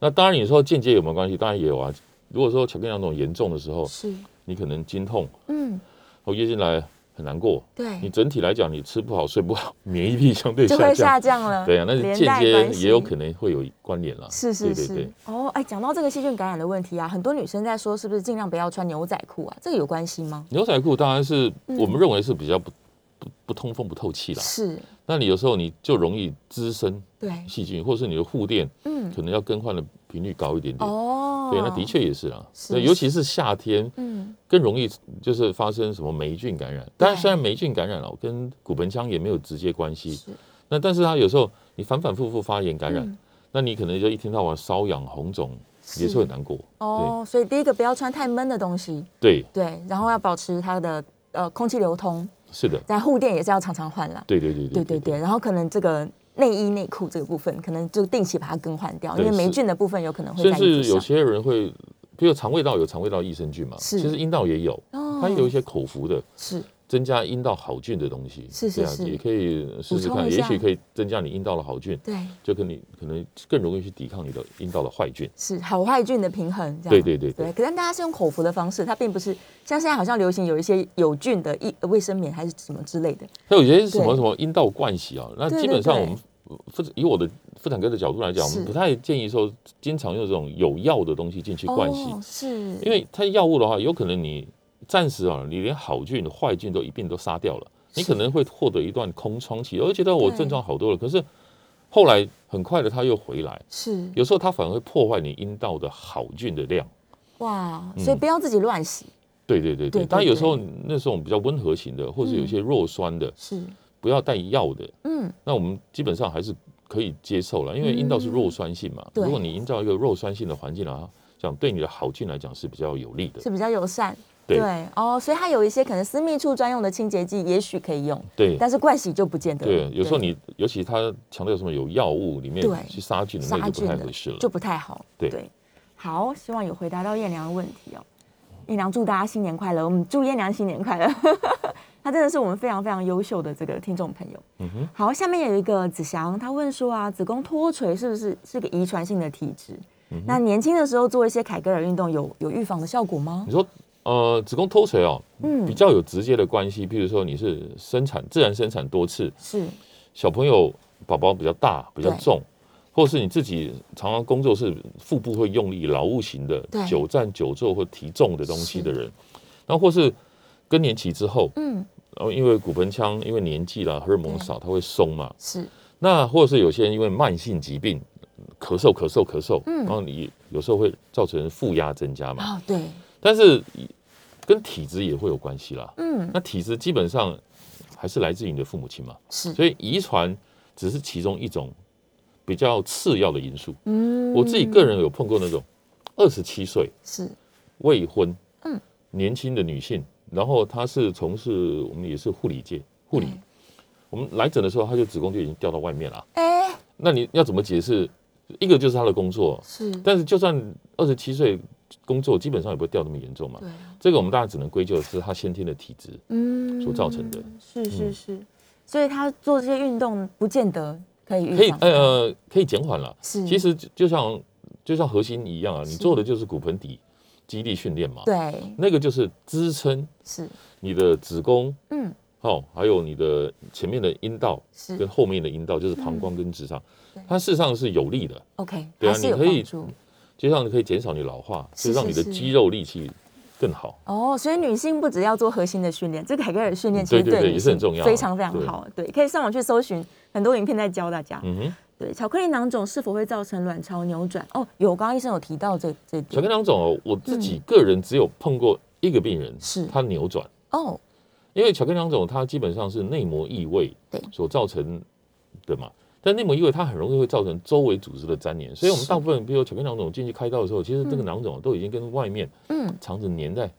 S3: 那当然你说间接有没有关系？当然也有啊。如果说巧克力囊肿严重的时候，
S2: 是，
S3: 你可能经痛，
S2: 嗯，
S3: 哦月经来很难过，你
S2: 对，
S3: 整体来讲你吃不好睡不好， 免疫力相对
S2: 就会
S3: 下
S2: 下
S3: 降。
S2: 降了，
S3: 对啊，那是
S2: 连
S3: 间
S2: 带
S3: 接
S2: 关系
S3: 也有可能会有关联啦。
S2: 是是
S3: 对
S2: 是
S3: 对对，
S2: 哦，哎，讲到这个细菌感染的问题啊，很多女生在说是不是尽量不要穿牛仔裤啊？这个有关系吗？
S3: 牛仔裤当然是
S2: 嗯
S3: 我们认为是比较不不不通风不透气啦。
S2: 是，
S3: 那你有时候你就容易滋生
S2: 对，
S3: 细菌，或是你的护垫
S2: 嗯，
S3: 可能要更换的频率高一点点。
S2: 哦，
S3: 对，那的，确也是啦。
S2: 是
S3: 那尤其是夏天
S2: 嗯，
S3: 更容易就是发生什么霉菌感染。当然，虽然霉菌感染哦跟骨盆腔也没有直接关系，
S2: 是，
S3: 那但是它有时候你反反复复发炎感
S2: 嗯
S3: 染，那你可能就一天到晚瘙痒、红肿，也是会难过。
S2: 哦，所以第一个不要穿太闷的东西，
S3: 对，
S2: 对，然后要保持它的呃空气流通，
S3: 是的，
S2: 但护垫也是要常常换啦，
S3: 对对对
S2: 对对对，然后可能这个。内衣内裤这个部分，可能就定期把它更换掉，因
S3: 对
S2: 为霉
S3: 是
S2: 菌的部分有可能会
S3: 甚
S2: 在衣服
S3: 至有
S2: 上。
S3: 些人会，比如肠胃道有肠胃道益生菌嘛，
S2: 是
S3: 其实阴道也有，
S2: 哦
S3: 它有一些口服的
S2: 是
S3: 增加阴道好菌的东西，
S2: 是是
S3: 对啊
S2: 是
S3: 也可以试试
S2: 补充
S3: 看，
S2: 一
S3: 也
S2: 下
S3: 许可以增加你阴道的好菌，
S2: 对，
S3: 就跟你可能更容易去抵抗你的阴道的坏菌。
S2: 是好坏菌的平衡，这样
S3: 对对对
S2: 对，
S3: 对
S2: 可是大家是用口服的方式，它并不是像现在好像流行有一些有菌的一呃卫生棉还是什么之类的，
S3: 那有些什
S2: 对
S3: 么什么阴道灌洗啊，那
S2: 对对
S3: 基本上
S2: 对
S3: 我们呃妇以我的妇产科的角度来讲，我
S2: 是
S3: 们不太建议说经常用这种有药的东西进去灌洗，
S2: 哦，是，
S3: 因为它药物的话，有可能你暂时啊，你连好菌、坏菌都一并都杀掉了，你可能会获得一段空窗期，而觉得我
S2: 对
S3: 症状好多了，可是后来很快的它又回来，
S2: 是
S3: 有时候它反而会破坏你阴道的好菌的量。
S2: 哇，
S3: 嗯
S2: 所以不要自己乱洗，
S3: 对对
S2: 对
S3: 对
S2: 对
S3: 对，当然有时候
S2: 对
S3: 那种比较温和型的，或者有一些弱酸的，
S2: 是，
S3: 不要带药的，
S2: 嗯，
S3: 那我们基本上还是可以接受了，因为阴道是弱酸性嘛。
S2: 嗯对
S3: 如果你营造一个弱酸性的环境来讲，对你的好菌来讲是比较有利的。
S2: 是比较友善，
S3: 对
S2: 哦，所以它有一些可能私密处专用的清洁剂，也许可以用，
S3: 对。
S2: 但是灌洗就不见得了，
S3: 对，有时候你尤其他强调什么有药物里面
S2: 对
S3: 去杀菌的那
S2: 杀
S3: 就不
S2: 菌
S3: 太
S2: 的
S3: 合适了。
S2: 就不太好。
S3: 对
S2: 好，希望有回答到燕良的问题哦。燕良祝大家新年快乐，我们祝燕良新年快乐。 他真的是我们非常非常优秀的这个听众朋友。嗯哼。好，下面有一个子祥，他问说啊，子宫脱垂是不是是个遗传性的体质？
S3: 嗯
S2: 那年轻的时候做一些凯格尔运动有有预防的效果吗
S3: 你？说呃，子宫脱垂哦，
S2: 嗯
S3: 比较有直接的关系，譬如说你是生产自然生产多次，
S2: 是
S3: 小朋友宝宝比较大比较
S2: 对
S3: 重，或是你自己常常工作是腹部会用力劳务型的
S2: 对，
S3: 久站久坐或提重的东西的人，那或是更年期之后，
S2: 嗯，
S3: 然后因为骨盆腔因为年纪啦荷尔蒙
S2: 对
S3: 少，它会松嘛，
S2: 是
S3: 那或者是有些人因为慢性疾病，咳嗽咳嗽咳嗽，
S2: 嗯
S3: 然后你有时候会造成负压增加嘛，
S2: 哦，对，
S3: 但是跟体质也会有关系啦。
S2: 嗯，
S3: 那体质基本上还是来自于你的父母亲嘛，
S2: 是，
S3: 所以遗传只是其中一种比较次要的因素。
S2: 嗯
S3: 我自己个人有碰过那种二十七岁
S2: 是
S3: 未婚，
S2: 嗯，
S3: 年轻的女性，然后她是从事我们也是护理界护理，我们来诊的时候，她就子宫就已经掉到外面了。
S2: 哎、
S3: 那你要怎么解释？一个就是他的工作，
S2: 是，
S3: 但是就算二十七岁工作，基本上也不会掉那么严重嘛。
S2: 对，
S3: 这个我们大家只能归咎是他先天的体质。
S2: 嗯
S3: 所造成的。
S2: 是
S3: 嗯
S2: 是是，所以他做这些运动不见得可以
S3: 可
S2: 预
S3: 以
S2: 防。
S3: 呃可以减缓了。
S2: 是
S3: 其实就就像就像核心一样啊，你
S2: 嗯是
S3: 做的就是骨盆底肌力训练嘛，
S2: 对，
S3: 那个就是支撑
S2: 是，
S3: 你的子宫
S2: 嗯，
S3: 哦，还有你的前面的阴道
S2: 是
S3: 跟后面的阴道，就是膀胱跟直肠
S2: 嗯对，
S3: 它事实上是有利的。
S2: OK，
S3: 对啊
S2: 还是有
S3: 你可以
S2: 帮助。
S3: 就让你可以减少你老化，
S2: 是
S3: 就让
S2: 是
S3: 你的
S2: 是
S3: 肌肉力气更好。
S2: 哦，所以女性不只要做核心的训练，这个凯格尔训练
S3: 嗯
S2: 其实
S3: 对对对
S2: 女
S3: 也是很
S2: 性
S3: 重要
S2: 非常非常
S3: 对
S2: 好。对，可以上网去搜寻很多影片在教大家。
S3: 嗯哼，
S2: 对，巧克力囊肿是否会造成卵巢扭转？哦，有，刚刚医生有提到这这
S3: 巧克力
S2: 点。
S3: 囊肿哦，我自己个人只有碰过一个病人，
S2: 是
S3: 他扭转，
S2: 哦，
S3: 因为巧克力囊肿它基本上是内膜异位
S2: 对
S3: 所造成的嘛。但内膜异位它很容易会造成周围组织的粘连，所以我们
S2: 是
S3: 大部分比如巧克力囊肿进去开刀的时候，其实这个囊肿都已经跟外面
S2: 嗯，
S3: 肠子粘在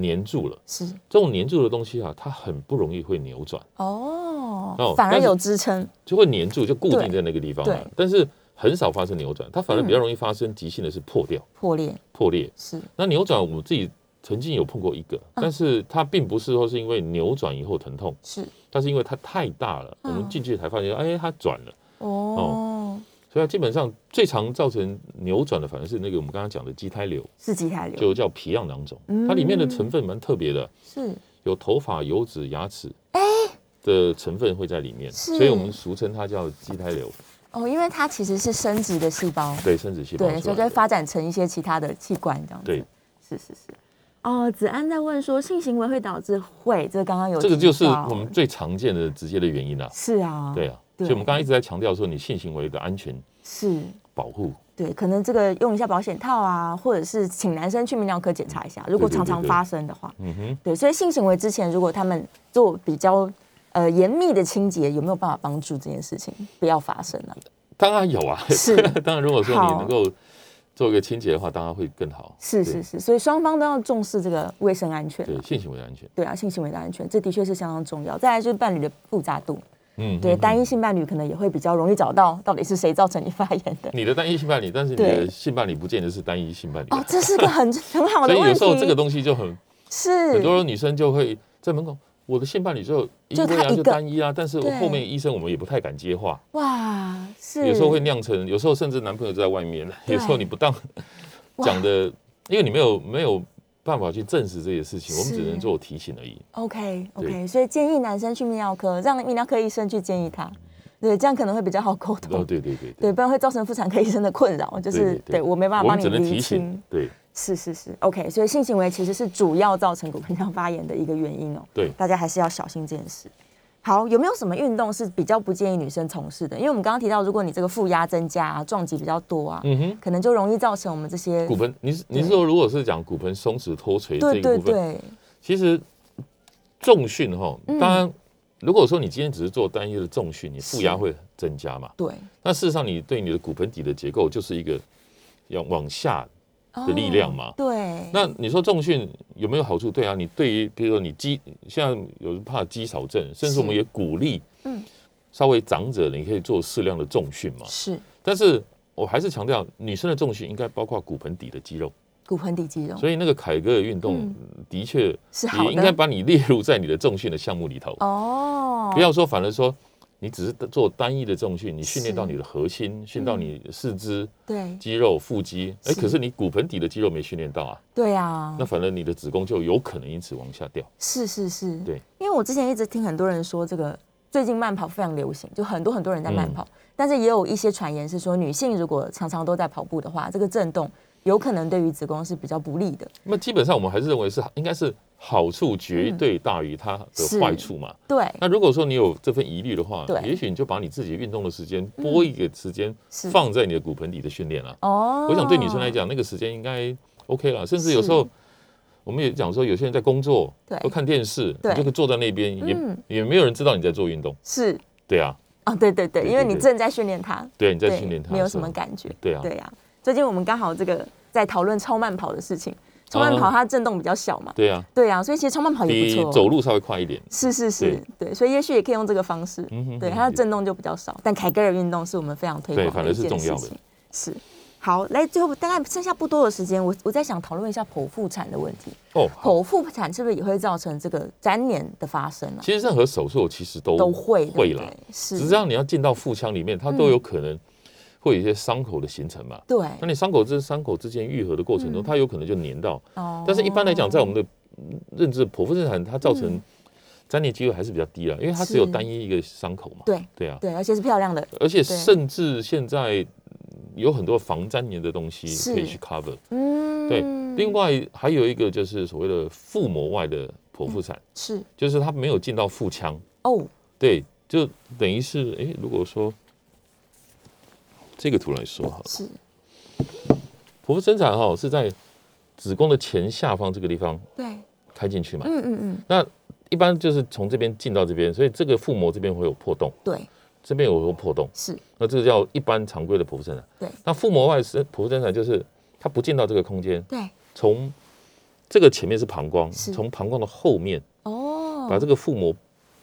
S3: 粘住了。
S2: 是
S3: 这种粘住的东西啊，它很不容易会扭转，
S2: 哦
S3: 哦，
S2: 反而
S3: 但是
S2: 有支撑。
S3: 就会粘住就固定在那个地方了、啊
S2: 对
S3: 但是很少发生扭转，它反而
S2: 嗯
S3: 比较容易发生急性的是破掉、
S2: 破裂
S3: 破裂。
S2: 是
S3: 那扭转我自己曾经有碰过一个，
S2: 嗯
S3: 但是它并不是说是因为扭转以后疼痛，
S2: 是
S3: 它是因为它太大了，我
S2: 嗯
S3: 们进去才发现，哎，它转了。
S2: 哦，
S3: 所以它基本上最常造成扭转的，反而是那个我们刚刚讲的畸胎瘤，
S2: 是畸胎瘤
S3: 就叫皮样囊肿
S2: 嗯。
S3: 它里面的成分蛮特别的，
S2: 是
S3: 有头发、油脂、牙齿，的成分会在里面，
S2: 哎是
S3: 所以我们俗称它叫畸胎瘤，
S2: 哦，因为它其实是生殖的细胞，
S3: 对生殖细胞
S2: 对，
S3: 出
S2: 所
S3: 来
S2: 以就会
S3: 的。
S2: 发展成一些其他的器官这样子。
S3: 对，
S2: 是是是。哦，子安在问说，性行为会导致会，这个刚刚有
S3: 这个
S2: 提
S3: 就是
S2: 到
S3: 我们最常见的直接的原因啦。
S2: 是啊，
S3: 对啊，
S2: 对
S3: 所以我们刚刚一直在强调说，你性行为的安全
S2: 是。
S3: 保护，
S2: 对，可能这个用一下保险套啊，或者是请男生去泌尿科检查一下，如果
S3: 对对
S2: 常
S3: 对
S2: 常
S3: 对
S2: 发生的话，
S3: 嗯哼，
S2: 对，所以性行为之前，如果他们做比较呃严密的清洁，有没有办法帮助这件事情不要发生呢、
S3: 当然有啊，
S2: 是
S3: 当然如果说你
S2: 好
S3: 能够做一个清洁的话，当然会更好。
S2: 是
S3: 对
S2: 是是，所以双方都要重视这个卫生安全啊。
S3: 对性行为的安全，
S2: 对啊，性行为的安全，这的确是相当重要。再来就是伴侣的复杂度，
S3: 嗯，
S2: 对，
S3: 嗯
S2: 单一性伴侣可能也会比较容易找到到底是谁造成你发炎的。
S3: 你的单一性伴侣，但是你
S2: 对
S3: 的性伴侣不见得是单一性伴侣啊，
S2: 哦，这是个很 很好
S3: 所
S2: 哦的
S3: 以
S2: 问
S3: 有
S2: 题。
S3: 时候这个东西就很
S2: 是
S3: 很多女生就会在门口，我的性伴侣就一
S2: 就
S3: 位
S2: 他
S3: 啊，
S2: 一
S3: 就
S2: 个
S3: 单一啊，但是我
S2: 对
S3: 后面医生我们也不太敢接话，
S2: 哇，是
S3: 有时候会酿成，有时候甚至男朋友就在外面，
S2: 对
S3: 有时候你不当
S2: 哇
S3: 讲的，因为你没有没有办法去证实这些事情，我们
S2: 是
S3: 只能做提醒而已。
S2: OK
S3: 对
S2: OK，所以建议男生去泌尿科，让泌尿科医生去建议他，对，这样可能会比较好沟
S3: 哦，
S2: 通。
S3: 对对对
S2: 对，不然会造成妇产科医生的困扰，就是对我没办法
S3: 我
S2: 帮
S3: 们
S2: 你
S3: 只能
S2: 厘
S3: 提
S2: 清
S3: 醒。。对
S2: 是是是，OK，所以性行为其实是主要造成骨盆腔发炎的一个原因哦。
S3: 对，
S2: 大家还是要小心这件事。好，有没有什么运动是比较不建议女生从事的？因为我们刚刚提到，如果你这个负压增加啊，撞击比较多啊，
S3: 嗯哼，
S2: 可能就容易造成我们这些
S3: 骨盆，你是你是
S2: 对
S3: 说如果是讲骨盆松弛脱垂这
S2: 对
S3: 一
S2: 对
S3: 个部分，
S2: 对，
S3: 其实重训哈，
S2: 嗯
S3: 当然。如果说你今天只是做单一的重训，你负
S2: 是
S3: 压会增加嘛？
S2: 对
S3: 那事实上，你对你的骨盆底的结构就是一个要往下。
S2: 的
S3: 力量嘛
S2: 哦对，
S3: 那你说重训有没有好处？对啊，你对于比如说你肌，现在有人怕肌少症，甚
S2: 是
S3: 至我们也鼓励，
S2: 嗯，
S3: 稍微长者你可以做适量的重训嘛。
S2: 是
S3: 但是我还是强调，女生的重训应该包括骨盆底的肌肉，
S2: 骨盆底肌肉
S3: 所以那个凯格尔运动
S2: 哦嗯
S3: 的确
S2: 是好
S3: 也应该
S2: 的
S3: 把你列入在你的重训的项目里头，
S2: 哦，
S3: 不要说反而说。你只是做单一的重训，你训练
S2: 是
S3: 到你的核心，训到你四肢、
S2: 对
S3: 肌肉、腹肌，哎，
S2: 是
S3: 可是你骨盆底的肌肉没训练到啊，
S2: 对啊
S3: 那，反而你的子宫就有可能因此往下掉。
S2: 是是是，
S3: 对，
S2: 因为我之前一直听很多人说，这个最近慢跑非常流行，就很多很多人在
S3: 嗯
S2: 慢跑，但是也有一些传言是说，女性如果常常都在跑步的话，这个震动有可能对于子宫是比较不利的。
S3: 那么基本上我们还是认为是应该是好处绝对大于它的坏处嘛。
S2: 对，
S3: 那如果说你有这份疑虑的话
S2: 嗯对，嗯
S3: 也许你就把你自己运动的时间拨一个时间
S2: 是
S3: 放在你的骨盆底的训练啊。
S2: 哦，
S3: 我想对女生来，讲，那个时间应该 OK 了，甚至有时候。我们也讲说，有些人在工作
S2: 对，
S3: 或看电视，
S2: 对
S3: 你就会坐在那边，
S2: 嗯
S3: 也也没有人知道你在做运动，
S2: 是
S3: 对啊，
S2: 哦，对对对，
S3: 对
S2: 因为
S3: 对
S2: 你
S3: 对
S2: 正在训练它，
S3: 对，你在
S2: 对
S3: 训练它的时候，
S2: 没有什么感觉。
S3: 对啊
S2: 对啊，最近我们刚好这个在讨论超慢跑的事情，超慢
S3: 哦
S2: 跑它震动比较小嘛。
S3: 对啊，
S2: 对啊，所以其实超慢跑也
S3: 比
S2: 不错哦。
S3: 走路稍微快一点，
S2: 是是是，对，所以也许也可以用这个方式，
S3: 嗯哼
S2: 对，
S3: 嗯
S2: 它的
S3: 对
S2: 震动就比较少。但凯格尔运动是我们非常推
S3: 对
S2: 广
S3: 反
S2: 的
S3: 而
S2: 一
S3: 是
S2: 件
S3: 重
S2: 事
S3: 要的
S2: 情。是，好，来最后大概剩下不多的时间，我我在想讨论一下剖腹产的问题。
S3: 哦，好。
S2: 剖腹产是不是也会造成这个粘连的发生啊？
S3: 其实任何手术其实都
S2: 都会嗯对
S3: 会
S2: 不
S3: 啦，
S2: 对
S3: 只
S2: 是，
S3: 是让你要进到腹腔里面，它都有可能会有一些伤口的形成嘛。
S2: 对
S3: 那你伤口之伤口之间愈合的过
S2: 嗯
S3: 程中，它有可能就粘到。
S2: 哦
S3: 但是一般来讲，在我们的嗯认知，剖腹生产它造
S2: 嗯
S3: 成粘连机会还是比较低了，因为它只有
S2: 是
S3: 单一一个伤口嘛。
S2: 对
S3: 对啊，
S2: 对，而且是漂亮的，
S3: 而且
S2: 对
S3: 甚至现在嗯有很多防粘连的东西
S2: 是
S3: 可以去 cover。
S2: 嗯，
S3: 对，另外还有一个就是所谓的腹膜外的剖腹产，
S2: 是
S3: 就是它没有进到腹腔，
S2: 哦，
S3: 对，就等于是诶，如果说这个图来说好了，
S2: 是
S3: 剖腹生产哈是在子宫的前下方这个地方
S2: 对，
S3: 开进去嘛，
S2: 嗯嗯嗯，
S3: 那一般就是从这边进到这边，所以这个腹膜这边会有破洞，
S2: 对，
S3: 这边有个破洞，
S2: 是
S3: 那这个叫一般常规的剖腹生产。
S2: 对
S3: 那腹膜外生剖腹生产就是它不进到这个空间，
S2: 对
S3: 从这个前面是膀胱，
S2: 是
S3: 从膀胱的后面把
S2: 哦，
S3: 这个腹膜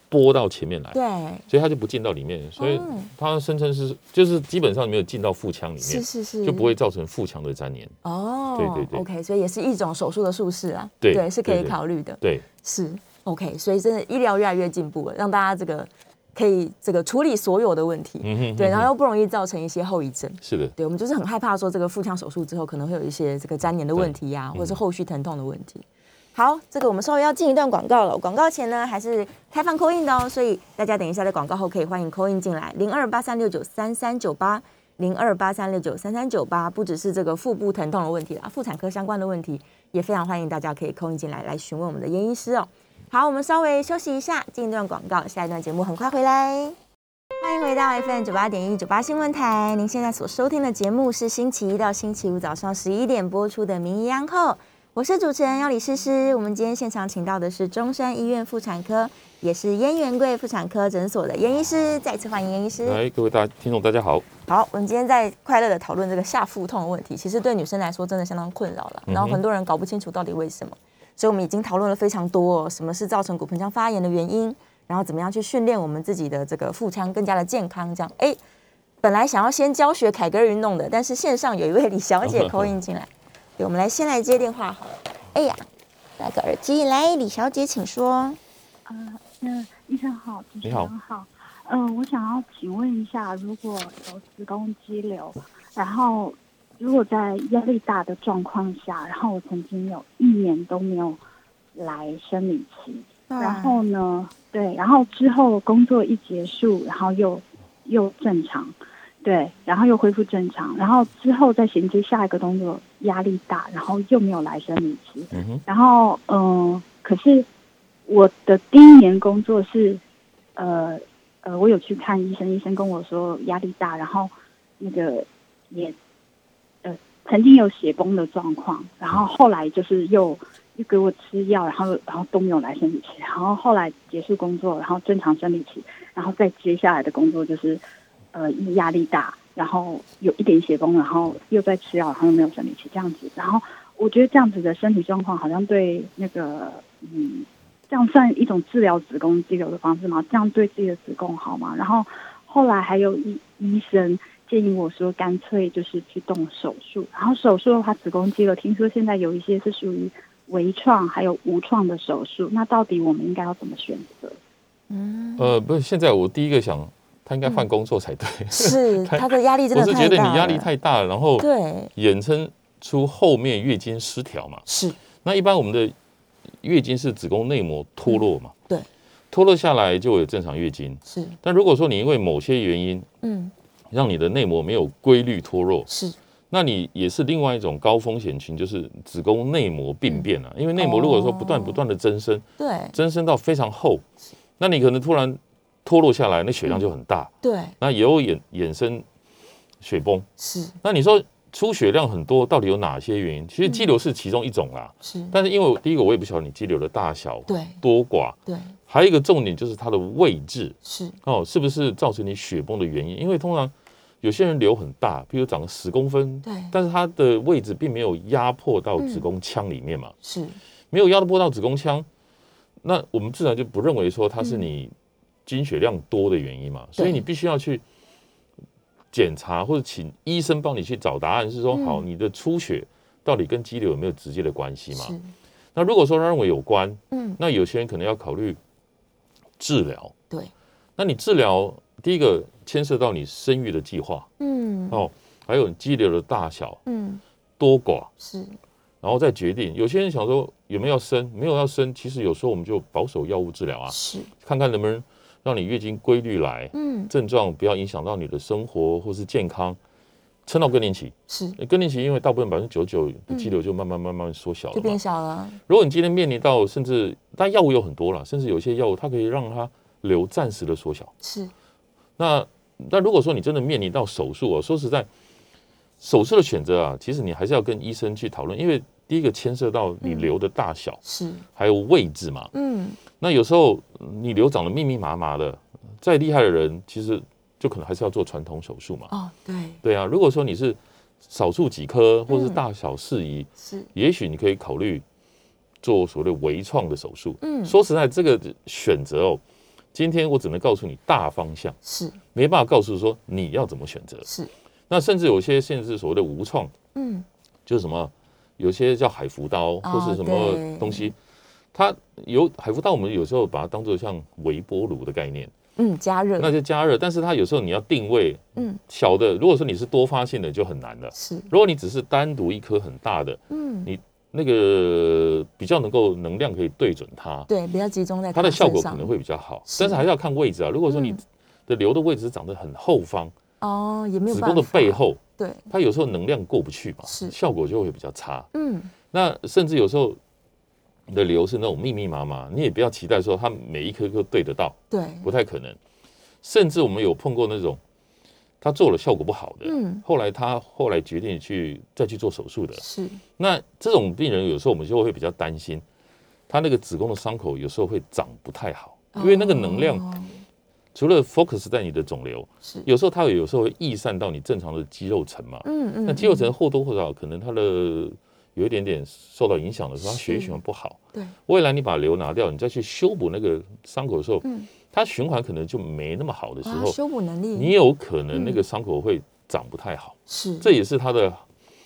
S3: 拨到前面来，
S2: 对，
S3: 所以它就不进到里面，所以
S2: 哦
S3: 它声称是就是基本上没有进到腹腔里
S2: 是
S3: 面，
S2: 是是，
S3: 就不会造成腹腔的粘连。
S2: 哦，
S3: 对对对
S2: o k 所以也是一种手术的术式啊，
S3: 对
S2: 是可以
S3: 对对
S2: 考虑的，
S3: 对，
S2: 是 OK，所以真的医疗越来越进步了，让大家这个可以这个处理所有的问题，
S3: 嗯哼，
S2: 对，
S3: 嗯哼
S2: 然后又不容易造成一些后遗症。
S3: 是的，
S2: 对，我们就是很害怕说这个腹腔手术之后可能会有一些这个粘连的问题啊呀、或者是后续疼痛的问题。好，这个我们稍微要进一段广告了。广告前呢，还是开放 call in 的哦，所以大家等一下在广告后可以欢迎 call in 进来，零二八三六九三三九八，零二八三六九三三九八。不只是这个腹部疼痛的问题啦，妇产科相关的问题也非常欢迎大家可以 call in 进来来询问我们的严医师哦。好，我们稍微休息一下，进一段广告，下一段节目很快回来。欢迎回到 FM 九八点一九八新闻台，您现在所收听的节目是星期一到星期五早上十一点播出的《名医央后》，我是主持人要李诗诗。我们今天现场请到的是中山医院妇产科，也是燕元贵妇产科诊所的燕医师，再次欢迎燕医师。
S3: 来各位大听众大家好，
S2: 好，我们今天在快乐的讨论这个下腹痛的问题，其实对女生来说真的相当困扰
S3: 嗯
S2: 了，然后很多人搞不清楚到底为什么，所以我们已经讨论了非常多、哦，什么是造成骨盆腔发炎的原因，然后怎么样去训练我们自己的这个腹腔更加的健康，这样，哎，本来想要先教学凯歌运动的，但是线上有一位李小
S3: 哦
S2: 姐扣音进来，对，我们来先来接电话好了，哎呀，来个耳机，来，李小姐请说，
S4: 嗯，医生好，主持
S3: 你好
S4: 人好。嗯、我想要请问一下，如果有子宫肌瘤，然后如果在压力大的状况下，然后我曾经有一年都没有来生理期，然后呢，对，然后之后工作一结束，然后又又正常，对，然后又恢复正常，然后之后再衔接下一个工作，压力大，然后又没有来生理期，
S3: 嗯哼，
S4: 然后嗯、呃可是我的第一年工作是，呃呃，我有去看医生，医生跟我说压力大，然后那个也呃曾经有血崩的状况，然后后来就是又又给我吃药，然后然后都没有来生理期，然后后来结束工作，然后正常生理期，然后再接下来的工作就是呃因为压力大。然后有一点血崩，然后又在吃药，然后又没有生理期这样子，然后我觉得这样子的身体状况好像对那个嗯，这样算一种治疗子宫肌瘤的方式吗？这样对自己的子宫好吗？然后后来还有医医生建议我说，干脆就是去动手术。然后手术的话，子宫肌瘤听说现在有一些是属于微创还有无创的手术，那到底我们应该要怎么选择？
S2: 嗯，
S3: 呃，不是，现在我第一个想他应该换工作才对，
S2: 是
S3: 太
S2: 她的压力真的
S3: 我是
S2: 太大
S3: 觉得你压力
S2: 了
S3: 太大了，然后
S2: 对，
S3: 衍生出后面月经失调嘛。
S2: 是
S3: 那一般我们的月经是子宫内膜脱落嘛？
S2: 嗯对，
S3: 脱落下来就有正常月经。
S2: 是，
S3: 但如果说你因为某些原因
S2: 嗯
S3: 让你的内膜没有规律脱落，
S2: 是。
S3: 那你也是另外一种高风险群，就是子宫内膜病变啊。因为内膜如果说不断
S2: 嗯哦
S3: 不断的增生，
S2: 对
S3: 增生到非常厚，那你可能突然脱落下来，那血
S2: 嗯
S3: 量就很大，
S2: 对
S3: 那也有衍衍生血崩。
S2: 是
S3: 那你说出血量很多，到底有哪些原因？其实肌瘤是其中一种啦。
S2: 是，
S3: 但是因为我第一个我也不晓得你肌瘤的大小
S2: 嗯对
S3: 多寡，
S2: 对
S3: 还有一个重点就是它的位置
S2: 是
S3: 哦，是不是造成你血崩的原因？因为通常有些人瘤很大，比如长十公分，
S2: 对
S3: 但是它的位置并没有压迫到子宫腔里面嘛，
S2: 是
S3: 没有压迫到子宫腔，那我们自然就不认为说它是你经血量多的原因嘛，所以
S2: 嗯对
S3: 你必须要去。检查或者请医生帮你去找答案，
S2: 嗯
S3: 是说好你的出血到底跟肌瘤有没有直接的关系嘛？
S2: 是，
S3: 那如果说他认为有关，
S2: 嗯
S3: 那有些人可能要考虑治疗。
S2: 对，
S3: 那你治疗第一个牵涉到你生育的计划
S2: 嗯
S3: 哦，还有你肌瘤的大小
S2: 嗯
S3: 多寡，
S2: 是
S3: 然后再决定。有些人想说有没有要生，没有要生，其实有时候我们就保守药物治疗啊，
S2: 是
S3: 看看能不能让你月经规律来，
S2: 嗯
S3: 症状不要影响到你的生活或是健康，撑到更年期。
S2: 是
S3: 诶更年期因为大部分百分之九十九的肌瘤就慢慢慢慢缩小
S2: 嗯就
S3: 了嘛
S2: 变。小了，
S3: 如果你今天面临到甚至，但药物有很多了，甚至有一些药物它可以让它瘤暂时的缩小。
S2: 是
S3: 那但如果说你真的面临到手术哦，说实在，手术的选择啊，其实你还是要跟医生去讨论，因为第一个牵涉到
S2: 嗯
S3: 你瘤的大小，
S2: 是，
S3: 还有位置嘛。
S2: 嗯，
S3: 那有时候嗯你瘤长得密密麻麻的，再厉害的人，其实就可能还是要做传统手术嘛。
S2: 哦，对，
S3: 对啊，如果说你是少数几颗，或是
S2: 嗯
S3: 大小适宜，
S2: 是，
S3: 也许你可以考虑做所谓的微创的手术。
S2: 嗯，
S3: 说实在，这个选择哦，今天我只能告诉你大方向，
S2: 是
S3: 没办法告诉说你要怎么选择。
S2: 是，
S3: 那甚至有些甚至所谓的无创，
S2: 嗯，
S3: 就是什么，有些叫海服刀
S2: 哦
S3: 或是什
S2: 对
S3: 么东西，它有海服刀，我们有时候把它当做像微波炉的概念，
S2: 嗯，加热，
S3: 那就加热。但是它有时候你要定位
S2: 嗯，
S3: 小的，如果说你是多发性的就很难了。
S2: 是，
S3: 如果你只是单独一颗很大的，
S2: 嗯，
S3: 你那个比较能够能量可以对准它，
S2: 对，比较集中在
S3: 它的
S2: 他
S3: 效
S2: 身
S3: 果
S2: 上
S3: 可能会比较好。
S2: 是
S3: 但是还是要看位置啊。如果说你
S2: 嗯
S3: 的瘤的位置是长得很后方，
S2: 哦，也没有
S3: 子
S2: 办
S3: 宫的
S2: 法
S3: 背，后，
S2: 对，
S3: 它有时候能量过不去嘛，
S2: 是
S3: 效果就会比较差。
S2: 嗯，
S3: 那甚至有时候你的瘤是那种密密麻麻，你也不要期待说它每一颗都对得到，
S2: 对，
S3: 不太可能。甚至我们有碰过那种他做了效果不好的，
S2: 嗯，
S3: 后来他后来决定去再去做手术的，
S2: 是，
S3: 那这种病人有时候我们就会比较担心，他那个子宫的伤口有时候会长不太好，因为那个能量
S2: 哦
S3: 除了 focus 在你的肿瘤，
S2: 是，
S3: 有时候它有时候会溢散到你正常的肌肉层嘛。
S2: 嗯嗯，
S3: 那肌肉
S2: 嗯
S3: 层或多或少可能它的有一点点受到影响的时候，它血液循环不好。
S2: 对，
S3: 未来你把瘤拿掉，你再去修补那个伤口的时候，
S2: 嗯
S3: 它循环可能就没那么好的时
S2: 哇，
S3: 候，
S2: 修补能力，
S3: 你有可能
S2: 嗯
S3: 那个伤口会长不太好。
S2: 是，
S3: 这也是它的，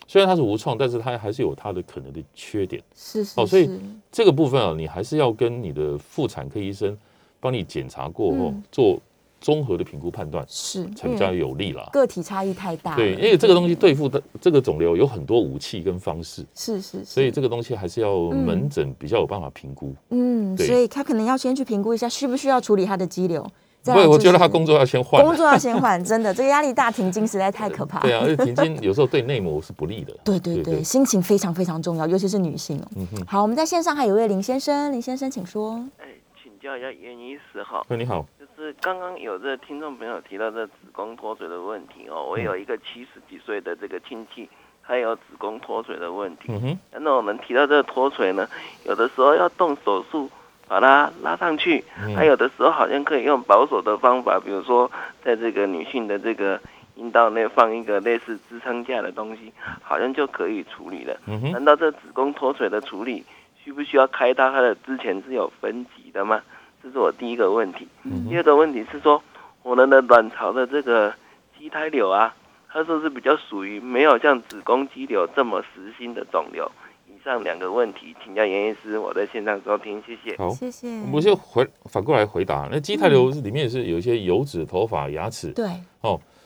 S3: 虽然它是无创，但是它还是有它的可能的缺点。
S2: 是是
S3: 哦所以
S2: 是
S3: 这个部分啊，你还是要跟你的妇产科医生帮你检查过后、
S2: 嗯
S3: 做综合的评估判断，
S2: 是嗯
S3: 才
S2: 因
S3: 比
S2: 为
S3: 较有利啦。
S2: 个体差异太大了，
S3: 对，因为这个东西对付的这个肿瘤有很多武器跟方式，
S2: 是是，
S3: 所以
S2: 是
S3: 这个东西还是要门诊比较有办法评估。
S2: 嗯，
S3: 对
S2: 所以他可能要先去评估一下需不需要处理他的肌瘤。再
S3: 不
S2: 来
S3: 过我
S2: 啊就
S3: 觉得他
S2: 是
S3: 工作要先换
S2: 工
S3: 了，
S2: 作要先缓，真的，这个压力大，停经实在太可怕。
S3: 对啊，而且停经有时候对内膜是不利的。
S2: 对对对，心情非常非常重要，尤其是女性哦。
S3: 嗯哼，
S2: 好，我们在线上还有一位林先生，林先生请说。
S5: 哎，请教一下袁医师哈，
S3: 喂，你好，
S5: 就是刚刚有这听众朋友提到这子宫脱水的问题
S3: 嗯
S5: 哦，我有一个七十几岁的这个亲戚，他有子宫脱水的问题。
S3: 嗯哼，
S5: 那我们提到这个脱水呢，有的时候要动手术把它拉上去，
S3: 嗯
S5: 还有的时候好像可以用保守的方法，比如说在这个女性的这个阴道内放一个类似支撑架的东西，好像就可以处理了。
S3: 嗯哼，
S5: 难道这子宫脱水的处理需不需要开刀？它的之前是有分级的吗？这是我第一个问题。
S3: 嗯
S5: 第二个问题是说，我们的卵巢的这个畸胎瘤啊，它说是比较属于没有像子宫肌瘤这么实心的肿瘤。以上两个问题，请教严医师，我在线上收听，谢谢。
S3: 好，
S2: 谢谢。
S3: 我先回反过来回答，那畸胎瘤里面是有一些油脂、头发、牙齿，哦
S2: 对，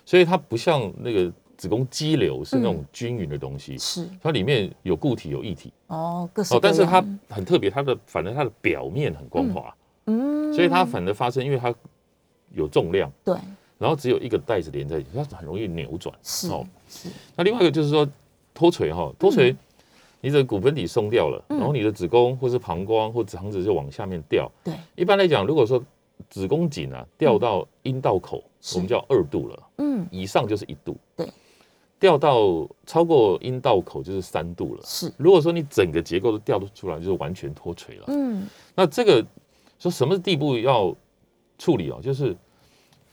S3: 所以它不像那个子宫肌瘤是那
S2: 嗯
S3: 种均匀的东西，
S2: 是
S3: 它里面有固体有液体
S2: 哦，各式
S3: 哦，但
S2: 各
S3: 是它
S2: 样
S3: 很特别，它的反正它的表面很光滑，
S2: 嗯，
S3: 所以它反而发生，因为它有重量，
S2: 对
S3: 然后只有一个带子连在一起，它很容易扭转。
S2: 是
S3: 哦
S2: 是
S3: 那另外一个就是说脱垂哈，脱垂，你的骨盆底松掉了，
S2: 嗯
S3: 然后你的子宫或是膀胱或肠子就往下面掉。
S2: 对，
S3: 一般来讲，如果说子宫颈啊掉到阴道口，
S2: 是
S3: 我们叫二度了。
S2: 嗯
S3: 以上就是一度，
S2: 对，
S3: 掉到超过阴道口就是三度了。
S2: 是
S3: 如果说你整个结构都掉出来，就是完全脱垂了。
S2: 嗯
S3: 那这个说什么地步要处理哦？就是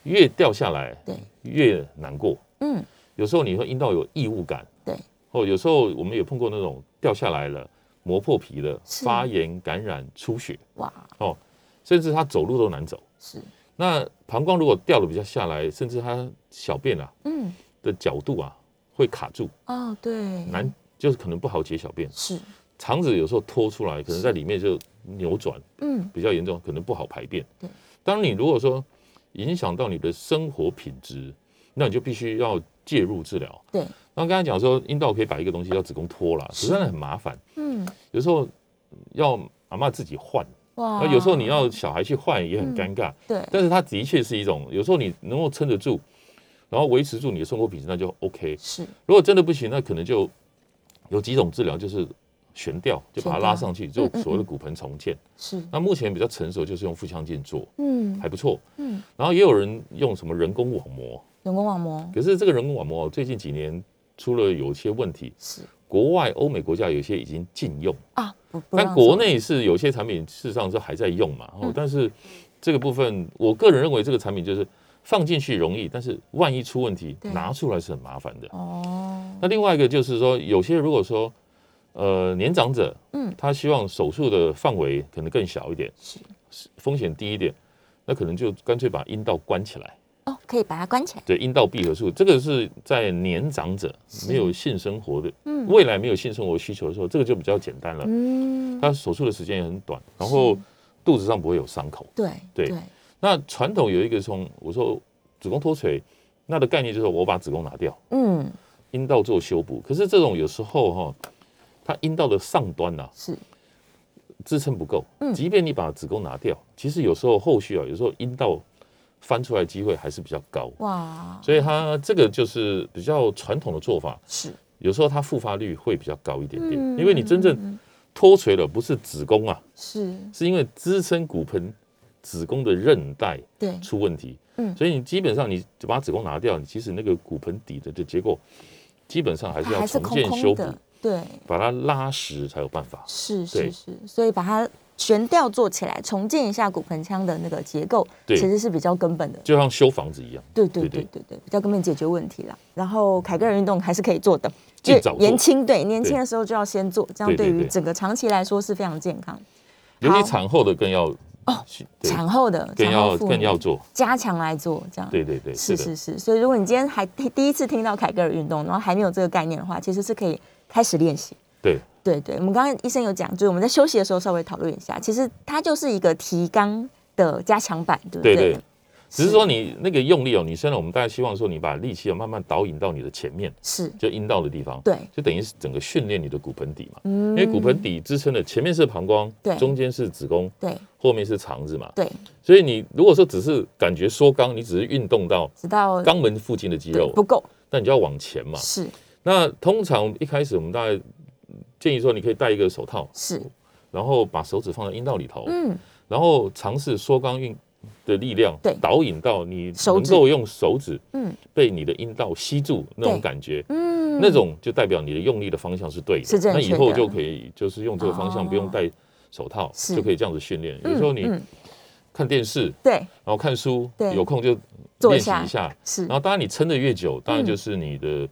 S3: 越掉下来，
S2: 对，
S3: 越难过。
S2: 嗯
S3: 有时候你会阴道有异物感，
S2: 对，
S3: 哦，有时候我们也碰过那种掉下来了、磨破皮的、
S2: 是
S3: 发炎、感染、出血，哦
S2: 哇
S3: 甚至他走路都难走。
S2: 是
S3: 那膀胱如果掉的比较下来，甚至他小便啊
S2: 嗯
S3: 的角度啊会卡住，
S2: 哦对
S3: 难就是可能不好解小便，
S2: 是
S3: 肠子有时候拖出来，可能在里面就扭转，
S2: 嗯
S3: 比较严重，可能不好排便
S2: 对。
S3: 当你如果说影响到你的生活品质，那你就必须要介入治疗。
S2: 对，
S3: 那刚才讲说阴道可以把一个东西叫子宫脱了，
S2: 是
S3: 实在很麻烦，
S2: 嗯
S3: 有时候要阿嬷自己换，
S2: 哇
S3: 那有时候你要小孩去换也很尴尬，
S2: 对
S3: 但是它的确是一种，有时候你能够撑得住。然后维持住你的生活品质，那就 OK。
S2: 是
S3: 如果真的不行，那可能就有几种治疗，就是悬吊，就把它拉上去，就
S2: 嗯嗯
S3: 所谓的
S2: 嗯
S3: 骨盆重建。
S2: 是，
S3: 那目前比较成熟就是用腹腔镜做，
S2: 嗯
S3: 还不错。
S2: 嗯，
S3: 然后也有人用什么人工网膜，
S2: 人工网膜
S3: 可是这个人工网膜最近几年出了有一些问题，
S2: 是
S3: 国外欧美国家有些已经禁用，
S2: 啊，不不
S3: 但
S2: 让
S3: 国
S2: 走
S3: 内是有些产品事实上是还在用嘛。哦
S2: 嗯，
S3: 但是这个部分，我个人认为这个产品就是放进去容易，但是万一出问题
S2: 对，
S3: 拿出来是很麻烦的。
S2: 哦，
S3: 那另外一个就是说，有些如果说呃年长者，
S2: 嗯
S3: 他希望手术的范围可能更小一点，
S2: 是
S3: 风险低一点，那可能就干脆把阴道关起来。
S2: 哦，可以把它关起来，
S3: 对，阴道闭合术，这个是在年长者
S2: 是
S3: 没有性生活的
S2: 嗯
S3: 未来没有性生活需求的时候，这个就比较简单了。
S2: 嗯，
S3: 他手术的时间也很短，然后肚子上不会有伤口。
S2: 对
S3: 对那传统有一个从我说子宫脱垂，那的概念就是我把子宫拿掉，
S2: 嗯
S3: 阴道做修补。可是这种有时候哈、它阴道的上端呐、
S2: 是
S3: 支撑不够
S2: 嗯，
S3: 即便你把子宫拿掉，其实有时候后续啊，有时候阴道翻出来的机会还是比较高。
S2: 哇
S3: 所以它这个就是比较传统的做法，
S2: 是
S3: 有时候它复发率会比较高一点点，
S2: 嗯
S3: 因为你真正脱垂了不是子宫啊，
S2: 是
S3: 是因为支撑骨盆子宫的韧带
S2: 对
S3: 出问题，
S2: 嗯
S3: 所以你基本上你把子宫拿掉，你其实那个骨盆底的的结构基本上还是
S2: 它
S3: 要
S2: 啊还是
S3: 重
S2: 空
S3: 建修
S2: 空
S3: 补，
S2: 的，对
S3: 把它拉实才有办法。
S2: 是是
S3: 对
S2: 是，所以把它悬吊做起来，重建一下骨盆腔的那个结构，
S3: 对
S2: 其实是比较根本的。
S3: 就像修房子一样，
S2: 对对对
S3: 对对
S2: 对对，比较根本解决问题啦。然后凯格尔运动还是可以做的，
S3: 尽
S2: 就
S3: 早做
S2: 年轻对年轻的时候就要先做，这样
S3: 对
S2: 对
S3: 对
S2: 于
S3: 对
S2: 整个长期来说是非常健康。
S3: 尤
S2: 好
S3: 其产后的更要哦，对
S2: 产后的
S3: 更
S2: 产后
S3: 要
S2: 妇
S3: 更
S2: 女
S3: 要做，
S2: 加强来做，这样
S3: 对对对，
S2: 是
S3: 的
S2: 是是。所以如果你今天还第第一次听到凯格尔运动，然后还没有这个概念的话，其实是可以开始练习。
S3: 对
S2: 对对，我们刚刚医生有讲，就是我们在休息的时候稍微讨论一下，其实它就是一个提纲的加强版，对不
S3: 对对。只
S2: 是
S3: 是说你那个用力哦，你虽然我们大家希望说你把力气哦要慢慢导引到你的前面，
S2: 是，
S3: 就阴道的地方，
S2: 对，嗯
S3: 就等于是整个训练你的骨盆底嘛。
S2: 因
S3: 因为骨盆底支撑的前面是膀胱
S2: 对，
S3: 中间是子宫，
S2: 对
S3: 后面是肠子嘛。
S2: 对，
S3: 所以你如果说只是感觉缩肛，你只是运动到
S2: 直到
S3: 肛门附近的肌
S2: 对
S3: 肉，
S2: 不够，
S3: 那你就要往前嘛。
S2: 是
S3: 那通常一开始我们大概建议说，你可以戴一个手套，
S2: 是，
S3: 然后把手指放在阴道里头，
S2: 嗯，
S3: 然后尝试缩肛运的力量
S2: 对，
S3: 导引到你
S2: 手
S3: 能
S2: 指
S3: 够用手指，
S2: 嗯
S3: 被你的阴道吸住那种
S2: 对
S3: 感觉，
S2: 嗯，
S3: 那种就代表你的用力的方向是对的，
S2: 是正
S3: 那
S2: 确
S3: 以后
S2: 的
S3: 就可以就是用这个方向，
S2: 哦
S3: 不用戴手套，
S2: 是
S3: 就可以这样子训练。
S2: 嗯
S3: 有时候你
S2: 嗯
S3: 看电视，
S2: 对
S3: 然后看书
S2: 对，
S3: 有空就
S2: 坐
S3: 练习
S2: 下嗯
S3: 一下。
S2: 是
S3: 然后当然你撑得越久，当然就是你的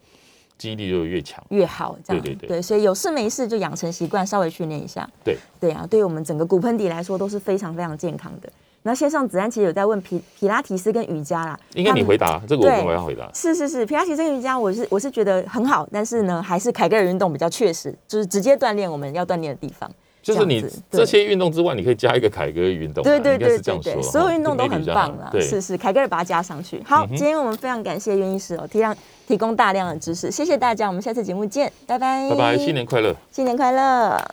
S3: 记忆力就越强。
S2: 越好，这样
S3: 对对对
S2: 所以有事没事就养成习惯，稍微训练一下。
S3: 对
S2: 对啊，对于我们整个骨盆底来说都是非常非常健康的。那线上子安其实有在问皮皮拉提斯跟瑜伽啦，
S3: 应该
S2: 他
S3: 你
S2: 们
S3: 回答这个，我
S2: 对
S3: 不要回答。
S2: 是是是，皮拉提斯跟瑜伽，我是我是觉得很好，但是呢，还是凯格尔运动比较确实，就是直接锻炼我们要锻炼的地方。
S3: 就是
S2: 这
S3: 你
S2: 样子对
S3: 这些运动之外，你可以加一个凯歌运动啊，
S2: 对对
S3: 应该
S2: 对
S3: 是
S2: 对
S3: 这样说
S2: 对，
S3: 了哈。
S2: 所有运动都
S3: 就 maybe
S2: 很
S3: 比较
S2: 棒
S3: 好
S2: 啦。
S3: 对，嗯
S2: 是是，凯格尔把它加上去。好，今天我们非常感谢袁医师哦，提亮提供大量的知识，谢谢大家，我们下次节目见，拜拜，
S3: 拜拜，新年快乐。
S2: 新年快乐。